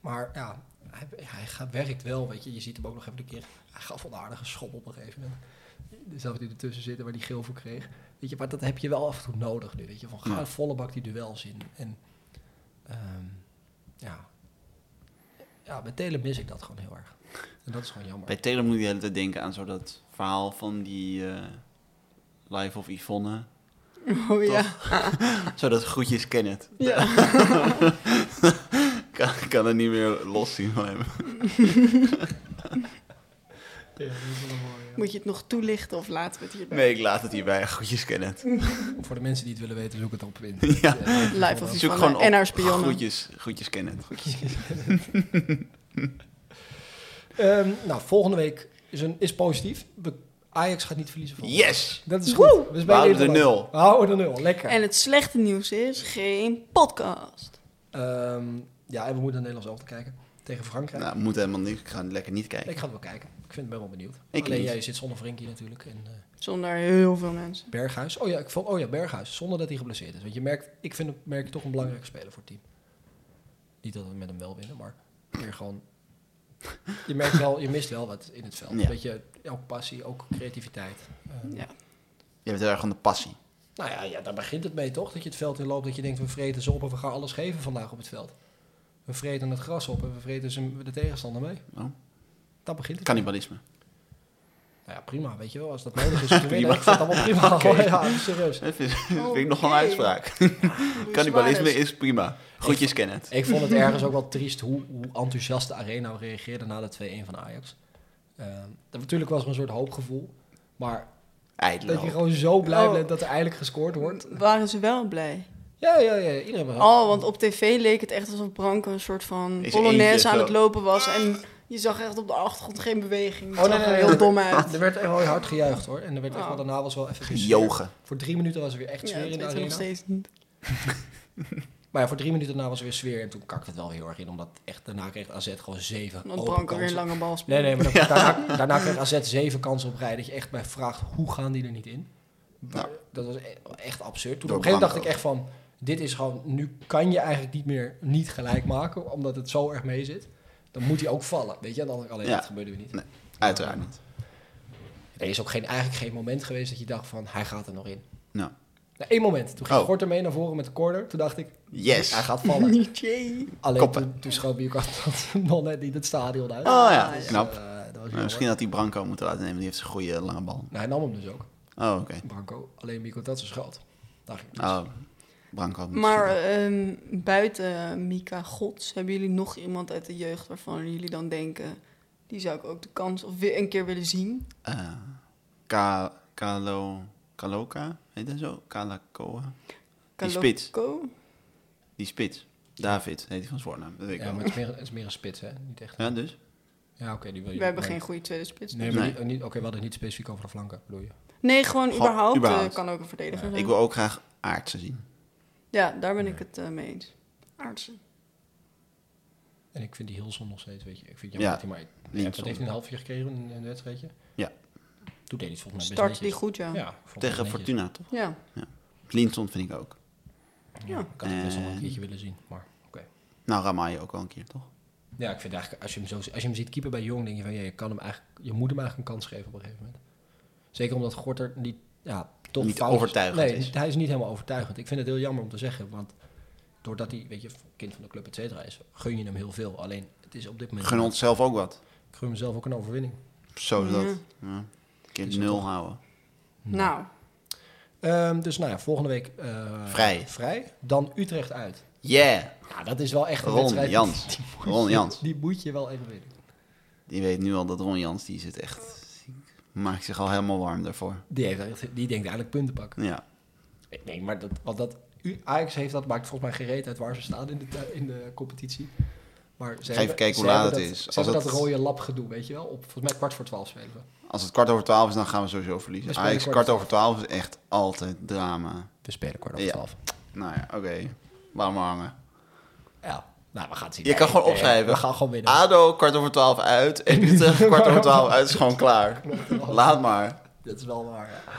Speaker 1: maar ja, hij, hij gaat, werkt wel, weet je. Je ziet hem ook nog even een keer. Hij gaf wel een aardige schop op een gegeven moment. Zelfs die ertussen zitten waar die geel voor kreeg. Weet je, maar dat heb je wel af en toe nodig nu, weet je. Van ga
Speaker 5: Ja.
Speaker 1: volle bak die duels in. En ehm, ja. Ja, bij Taylor mis ik dat gewoon heel erg. En dat is gewoon jammer.
Speaker 5: Bij Taylor moet je de hele tijd denken aan zo dat verhaal van die eh, Life of Yvonne.
Speaker 2: Oh ja.
Speaker 5: Zo dat groetjes kennet.
Speaker 2: ja.
Speaker 5: Kan, ik kan het niet meer los zien van hem.
Speaker 2: Moet je het nog toelichten of laten we het hierbij?
Speaker 5: Nee, ik laat het hierbij. Groetjes kennet.
Speaker 1: Voor de mensen die het willen weten, zoek het op in.
Speaker 5: Ja.
Speaker 2: Live of
Speaker 5: Zoek
Speaker 2: Yvonne
Speaker 5: gewoon op.
Speaker 2: en haar spionnen.
Speaker 5: Groetjes, groetjes kennet.
Speaker 1: Ehm, nou, volgende week is, een, is positief. We- Ajax gaat niet verliezen volgende
Speaker 5: Yes!
Speaker 1: week. Dat is goed. Dus ben je
Speaker 5: houden de
Speaker 1: er dan.
Speaker 5: nul.
Speaker 1: We houden de nul, lekker.
Speaker 2: En het slechte nieuws is geen podcast.
Speaker 1: Ehm, ja, en we moeten naar Nederlands elftal kijken. Tegen Frankrijk.
Speaker 5: Nou, moet helemaal niks. Ik ga lekker niet kijken.
Speaker 1: Ik ga het wel kijken. Ik vind, ben wel benieuwd.
Speaker 5: Ik
Speaker 1: Alleen
Speaker 5: niet.
Speaker 1: jij zit zonder Frenkie natuurlijk. En, eh,
Speaker 2: Zonder heel veel mensen.
Speaker 1: Berghuis. Oh ja, ik vond, oh ja, Berghuis. Zonder dat hij geblesseerd is. Want je merkt, ik vind hem merk je toch een belangrijke speler voor het team. Niet dat we met hem wel winnen, maar meer gewoon. Je merkt wel, je mist wel wat in het veld.
Speaker 5: Ja.
Speaker 1: Weet je, ook passie, ook creativiteit. Eh,
Speaker 2: Ja.
Speaker 5: Je hebt heel erg van de passie.
Speaker 1: nou ja, ja, daar begint het mee toch? Dat je het veld in loopt, dat je denkt we vreten ze op en we gaan alles geven vandaag op het veld. We vreten het gras op en we vreten ze, de tegenstander mee.
Speaker 5: Oh.
Speaker 1: Dat begint het.
Speaker 5: Cannibalisme.
Speaker 1: Nou ja, prima, weet je wel. Als dat nodig is, om te winnen, ik vind dat allemaal prima.
Speaker 5: Oké.
Speaker 1: Ja, serieus.
Speaker 5: Dat vind, dat vind ik
Speaker 2: Oké.
Speaker 5: nog wel een uitspraak.
Speaker 1: Dus
Speaker 5: Cannibalisme is prima. Groetjes kennen het.
Speaker 1: Ik vond het ergens ook wel triest hoe, hoe enthousiast de arena reageerde na de 2-1 van Ajax. Ehm dat natuurlijk was er een soort hoopgevoel. Maar dat je
Speaker 5: Ijdel.
Speaker 1: gewoon zo blij
Speaker 2: Oh.
Speaker 1: bent dat er eindelijk gescoord wordt.
Speaker 2: Waren ze wel blij?
Speaker 1: Ja, ja, ja. Iedereen was
Speaker 2: Oh, want op tv leek het echt alsof Branko een soort van
Speaker 5: Is er
Speaker 2: polonaise
Speaker 5: eentje
Speaker 2: aan
Speaker 5: zo.
Speaker 2: het lopen was. En je zag echt op de achtergrond geen beweging. Het
Speaker 1: Oh, nee,
Speaker 2: zag
Speaker 1: nee,
Speaker 2: er
Speaker 1: nee.
Speaker 2: heel dom uit.
Speaker 1: Er werd echt wel hard gejuicht hoor. En er werd echt wel,
Speaker 2: Oh.
Speaker 1: daarna was wel even... weer sfeer.
Speaker 5: Jogen.
Speaker 1: Voor drie minuten was er weer echt
Speaker 2: Ja,
Speaker 1: sfeer
Speaker 2: dat
Speaker 1: in de
Speaker 2: weten we nog
Speaker 1: arena.
Speaker 2: steeds niet.
Speaker 1: Maar ja, voor drie minuten daarna was er weer sfeer. En toen kakte het wel weer heel erg in. Omdat echt, daarna kreeg AZ gewoon zeven
Speaker 2: Want
Speaker 1: open
Speaker 2: Branco weer een
Speaker 1: kansen.
Speaker 2: lange bal speelt.
Speaker 1: Oh, Nee, nee, maar dan- daarna, daarna kreeg AZ zeven kansen op rij. Dat je echt bij vraagt, hoe gaan die er niet in?
Speaker 5: Nou.
Speaker 1: Dat was e- echt absurd. Toen
Speaker 5: Door
Speaker 1: op een gegeven moment dacht ik
Speaker 5: Blanco.
Speaker 1: echt van... Dit is gewoon... Nu kan je eigenlijk niet meer niet gelijk maken. Omdat het zo erg mee zit. Dan moet hij ook vallen. Weet je? En dan alleen
Speaker 5: Ja.
Speaker 1: dat gebeurde weer niet.
Speaker 5: Uiteraard niet.
Speaker 1: Er is ook geen, eigenlijk geen moment geweest dat je dacht van... Hij gaat er nog in.
Speaker 5: Nou.
Speaker 1: Nou, één moment. Toen ging
Speaker 5: Oh.
Speaker 1: Gorter mee naar voren met de corner. Toen dacht ik...
Speaker 5: Yes.
Speaker 1: Hij gaat vallen.
Speaker 2: Jee.
Speaker 1: Alleen
Speaker 5: Koppen.
Speaker 1: toen, toen schoot Bierkant nog net niet het stadion uit.
Speaker 5: Oh ja,
Speaker 2: Ah, ja.
Speaker 5: knap.
Speaker 1: Eh, dat was
Speaker 5: Maar
Speaker 1: jammer.
Speaker 5: Nou, misschien had hij Branco moeten laten nemen. Die heeft zijn goede lange bal.
Speaker 1: Nou, hij nam hem dus ook.
Speaker 5: Oh, oké.
Speaker 1: Branco. Alleen Mico, dat is groot. Daar ging het mis.
Speaker 5: Oh, Branco. had moeten
Speaker 2: Maar
Speaker 5: schieten.
Speaker 2: ehm, buiten Mika Gods, hebben jullie nog iemand uit de jeugd waarvan jullie dan denken... die zou ik ook de kans of weer een keer willen zien?
Speaker 5: Eh, Ka Kalo Kaloka? Heet hij zo? Kalakoa? Die spits.
Speaker 2: Kaloko?
Speaker 5: Die spits. David heet hij van zijn voornaam. Dat weet ik
Speaker 1: Ja,
Speaker 5: wel.
Speaker 1: maar het is, meer, het is meer een spits, hè? Niet echt.
Speaker 5: Ja, dus?
Speaker 1: Ja, oké, die wil je.
Speaker 2: We hebben
Speaker 1: maar-
Speaker 2: geen goede tweede spits.
Speaker 1: Nee, maar
Speaker 5: Nee.
Speaker 1: niet- niet- oké, we hadden het niet specifiek over de flanken, bedoel je?
Speaker 2: Nee, gewoon
Speaker 5: Goh,
Speaker 2: überhaupt, eh,
Speaker 5: überhaupt.
Speaker 2: kan ook een verdediger zijn.
Speaker 5: Ik wil ook graag aardse zien.
Speaker 2: Ja, daar ben ik het eh, mee eens. Aardsen.
Speaker 1: En ik vind die Hilson nog steeds, weet je. Ik vind
Speaker 5: Ja,
Speaker 1: jammer dat hij maar. Ja,
Speaker 5: Links
Speaker 1: wat heeft hij een half jaar gekregen in een wedstrijdje?
Speaker 5: Ja.
Speaker 1: Toen deed hij het volgens mij best
Speaker 2: Start die
Speaker 1: netjes.
Speaker 2: goed, ja. Ja.
Speaker 1: Ja, vond ik
Speaker 5: Tegen
Speaker 1: netjes.
Speaker 5: Fortuna, toch?
Speaker 2: ja.
Speaker 5: Linton vind ik ook.
Speaker 1: Ik had hem best wel een
Speaker 5: En-
Speaker 1: keertje willen zien, maar oké.
Speaker 5: Nou, Ramai ook wel een keer, toch?
Speaker 1: Ja, ik vind eigenlijk, als je hem, zo, als je hem ziet keeper bij Jong, denk je van, ja, je, kan hem eigenlijk, je moet hem eigenlijk een kans geven op een gegeven moment. Zeker omdat Gorter niet, ja, toch
Speaker 5: Niet
Speaker 1: foutjes-
Speaker 5: overtuigend
Speaker 1: nee,
Speaker 5: is.
Speaker 1: niet- hij is niet helemaal overtuigend. Ik vind het heel jammer om te zeggen, want doordat hij, weet je, kind van de club, et cetera is, gun je hem heel veel. Alleen, het is op dit moment...
Speaker 5: Gun ons zelf ook wat.
Speaker 1: Ik gun mezelf ook een overwinning.
Speaker 5: Zo is
Speaker 2: Ja.
Speaker 5: dat. Ja. Een keer
Speaker 1: Is
Speaker 5: nul
Speaker 1: toch-
Speaker 5: houden.
Speaker 2: Nou,
Speaker 1: Ehm, dus nou ja, volgende week... eh,
Speaker 5: Vrij.
Speaker 1: Vrij. Dan Utrecht uit.
Speaker 5: Yeah!
Speaker 1: Ja, dat is wel echt een
Speaker 5: Ron
Speaker 1: wedstrijd.
Speaker 5: Jans. Ron Jans.
Speaker 1: Die moet je wel even winnen.
Speaker 5: Die weet nu al dat Ron Jans, die zit echt... die Maakt zich al helemaal warm daarvoor.
Speaker 1: Die, heeft, echt- die denkt eigenlijk punten pakken.
Speaker 5: Ja.
Speaker 1: Nee, maar dat, want dat, U- Ajax heeft dat, maakt volgens mij gereed uit waar ze staan in de, tu- in de competitie. Maar ze
Speaker 5: even
Speaker 1: hebben-
Speaker 5: kijken
Speaker 1: ze
Speaker 5: hoe laat
Speaker 1: hebben
Speaker 5: het
Speaker 1: dat-
Speaker 5: is.
Speaker 1: Ze
Speaker 5: Als
Speaker 1: hebben
Speaker 5: het-
Speaker 1: dat rode lap gedoe, weet je wel? Op, volgens mij kwart voor twaalf spelen we.
Speaker 5: Als het kwart over twaalf is, dan gaan we sowieso verliezen.
Speaker 1: We spelen
Speaker 5: Ajax
Speaker 1: kwart
Speaker 5: kwart over twaalf is echt altijd drama.
Speaker 1: We spelen kwart
Speaker 5: over Ja. twaalf. Nou ja, oké. Laat maar hangen.
Speaker 1: Ja, nou, we gaan het zien.
Speaker 5: Je kan gewoon
Speaker 1: nee,
Speaker 5: opschrijven. Ah.
Speaker 1: We gaan gewoon winnen.
Speaker 5: ADO kwart over twaalf uit en Utrecht kwart over twaalf uit is gewoon klaar. Laat maar.
Speaker 1: Dat is wel waar, ja.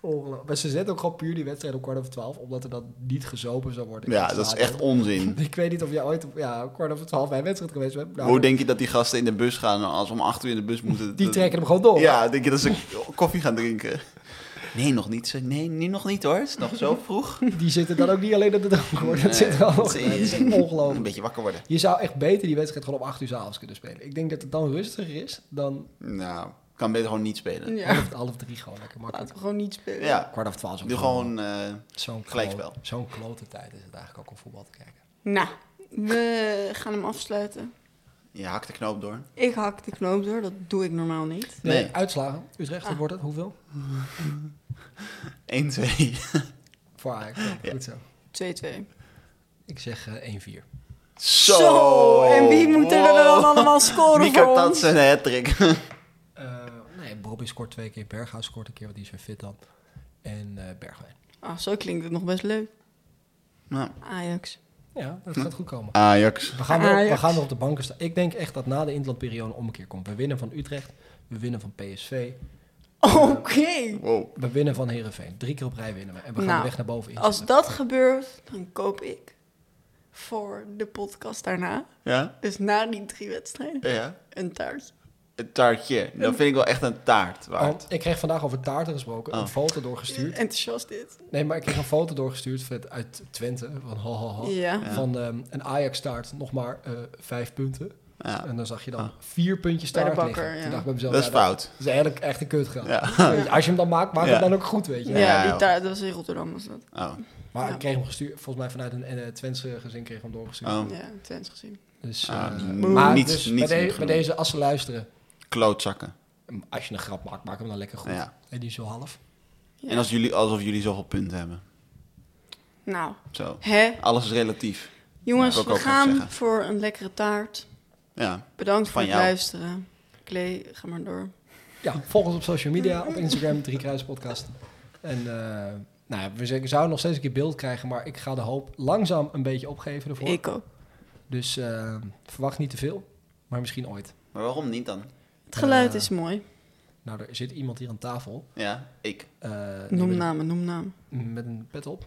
Speaker 1: Ongelooflijk. Maar ze zetten ook gewoon puur die wedstrijd op kwart over twaalf, omdat er dan niet gezopen zou worden. in
Speaker 5: Ja,
Speaker 1: het
Speaker 5: dat is
Speaker 1: stadion.
Speaker 5: echt onzin.
Speaker 1: Ik weet niet of jij ooit op ja, kwart over twaalf bij een wedstrijd geweest bent. Nou,
Speaker 5: Hoe denk je dat die gasten in de bus gaan als we om acht uur in de bus moeten?
Speaker 1: die
Speaker 5: dat-
Speaker 1: trekken hem gewoon door.
Speaker 5: Ja, denk je dat ze koffie gaan drinken? Nee, nog niet. ze- Nee, nee, nog niet hoor. Het is nog zo vroeg.
Speaker 1: Die zitten dan ook niet alleen op de drank, hoor. Dat zit wel nog.
Speaker 5: Nee,
Speaker 1: bij. Dat is echt
Speaker 5: Een
Speaker 1: ongelooflijk.
Speaker 5: beetje wakker worden.
Speaker 1: Je zou echt beter die wedstrijd gewoon op 8 uur 's avonds kunnen spelen. Ik denk dat het dan rustiger is dan
Speaker 5: Nou, kan beter gewoon niet spelen.
Speaker 2: ja.
Speaker 1: half, half drie gewoon lekker makkelijk.
Speaker 2: laten we gewoon niet spelen.
Speaker 5: Ja,
Speaker 1: Kwart over twaalf. is ook
Speaker 5: doe gewoon... eh,
Speaker 1: zo'n
Speaker 5: gelijkspel.
Speaker 1: klote- Zo'n klote tijd is het eigenlijk ook om voetbal te kijken.
Speaker 2: Nou, we gaan hem afsluiten.
Speaker 5: je hakt de knoop door.
Speaker 2: Ik hak de knoop door, dat doe ik normaal niet.
Speaker 1: Nee,
Speaker 5: Nee.
Speaker 1: uitslagen. Utrecht, wat
Speaker 2: Ah.
Speaker 1: wordt het? Hoeveel?
Speaker 5: 1, 2.
Speaker 1: Voor Ajax. Ja, Goed zo.
Speaker 2: 2-2.
Speaker 1: Ik zeg eh, 1-4.
Speaker 5: Zo!
Speaker 2: En wie moet er dan allemaal scoren
Speaker 5: Wie
Speaker 2: voor
Speaker 5: kan dat
Speaker 2: ons?
Speaker 5: zijn hat-trick?
Speaker 1: Eh, nee, Bobby scoort twee keer. Berghuis scoort een keer, want die is weer fit dan. En eh, Bergwijn.
Speaker 2: Ah, zo klinkt het nog best leuk.
Speaker 5: Nou,
Speaker 2: Ajax.
Speaker 1: Ja, dat gaat goed komen.
Speaker 5: Ajax.
Speaker 1: We gaan, er, we
Speaker 2: Ajax.
Speaker 1: gaan er op de banken staan. Ik denk echt dat na de interlandperiode een ommekeer komt. We winnen van Utrecht. We winnen van PSV.
Speaker 2: Oké.
Speaker 5: Wow.
Speaker 1: We winnen van Herenveen. Drie keer op rij winnen we. En we gaan
Speaker 2: Nou,
Speaker 1: de weg naar boven in.
Speaker 2: Als dat gebeurt, dan koop ik voor de podcast daarna,
Speaker 5: Ja?
Speaker 2: dus na die drie wedstrijden,
Speaker 5: Ja?
Speaker 2: een taartje.
Speaker 5: Een taartje. Dat vind ik wel echt een taart waard.
Speaker 1: Want ik kreeg vandaag over taarten gesproken.
Speaker 5: Oh.
Speaker 1: Een foto doorgestuurd.
Speaker 2: Enthousiast dit.
Speaker 1: Nee, maar ik kreeg een foto doorgestuurd van- uit Twente. Van ho, ho, ho.
Speaker 2: Ja.
Speaker 1: Van ehm, een Ajax-taart. Nog maar eh, vijf punten.
Speaker 5: Ja. Ah.
Speaker 1: En dan zag je dan vier puntjes
Speaker 2: Bij de
Speaker 1: taart
Speaker 2: bakker,
Speaker 1: liggen.
Speaker 2: ja.
Speaker 1: Toen dacht ik bij mezelf,
Speaker 5: Dat is
Speaker 1: ja,
Speaker 5: fout.
Speaker 1: Dat is eigenlijk echt een kutgrap.
Speaker 5: Ja.
Speaker 1: Als je hem dan maakt, maak
Speaker 5: Ja.
Speaker 1: het dan ook goed, weet je.
Speaker 2: Ja,
Speaker 5: Ja, joh.
Speaker 2: die taart, dat was in Rotterdam was dat.
Speaker 5: Oh.
Speaker 1: Maar
Speaker 2: Ja.
Speaker 1: ik kreeg hem gestuurd. Volgens mij vanuit een eh, Twentse gezin kreeg ik hem doorgestuurd.
Speaker 5: oh.
Speaker 2: Ja, Twents gezien.
Speaker 1: Dus,
Speaker 5: Ah,
Speaker 1: eh,
Speaker 5: niet-
Speaker 1: maar
Speaker 5: niet-
Speaker 1: dus
Speaker 5: niet
Speaker 1: bij,
Speaker 5: goed
Speaker 1: de- bij
Speaker 5: genoeg.
Speaker 1: deze, als ze luisteren.
Speaker 5: Klootzakken.
Speaker 1: Ehm, Als je een grap maakt, maak hem dan lekker goed.
Speaker 5: Ja.
Speaker 1: En die zo half.
Speaker 2: Ja.
Speaker 5: En als jullie, alsof jullie zoveel punten hebben.
Speaker 2: Nou,
Speaker 5: Zo.
Speaker 2: hè?
Speaker 5: Alles is relatief.
Speaker 2: Jongens,
Speaker 5: Ja, ik
Speaker 2: we
Speaker 5: ook ook nog
Speaker 2: gaan
Speaker 5: zeggen.
Speaker 2: voor een lekkere taart.
Speaker 5: Ja.
Speaker 2: Bedankt voor
Speaker 5: Van
Speaker 2: het
Speaker 5: jou.
Speaker 2: luisteren. Klee, ga maar door.
Speaker 1: Ja, volg ons op social media, op Instagram, Drie Kruis Podcast. En eh, Nou, ja, we z- zouden nog steeds een keer beeld krijgen, maar ik ga de hoop langzaam een beetje opgeven ervoor.
Speaker 2: Ik ook.
Speaker 1: Dus eh, verwacht niet te veel, maar misschien ooit.
Speaker 5: Maar waarom niet dan?
Speaker 2: Het geluid
Speaker 1: Eh,
Speaker 2: is mooi.
Speaker 1: Nou, er zit iemand hier aan tafel.
Speaker 5: Ja, ik.
Speaker 1: eh, die
Speaker 2: Noem
Speaker 1: met-
Speaker 2: namen, noem namen.
Speaker 1: Met een pet op.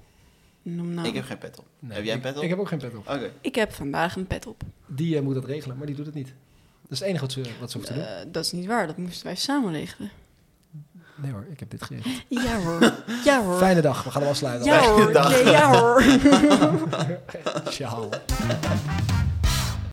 Speaker 2: Noem namen.
Speaker 5: Ik
Speaker 2: Ik
Speaker 5: heb
Speaker 2: heb,
Speaker 5: geen pet op.
Speaker 1: Nee,
Speaker 5: heb jij een
Speaker 1: ik-
Speaker 5: pet op?
Speaker 1: Ik heb ook geen pet op.
Speaker 5: Oké.
Speaker 2: vandaag een pet op.
Speaker 1: Die eh, moet dat regelen, maar die doet het niet. Dat is het enige wat ze, wat ze hoeft te doen.
Speaker 2: Eh, dat is niet waar, dat moesten wij samen regelen.
Speaker 1: Nee hoor, ik heb dit geregeld.
Speaker 2: Ja hoor. Ja hoor.
Speaker 1: Fijne dag, we gaan hem afsluiten.
Speaker 2: Ja hoor. Ja, ja hoor.
Speaker 1: Ciao.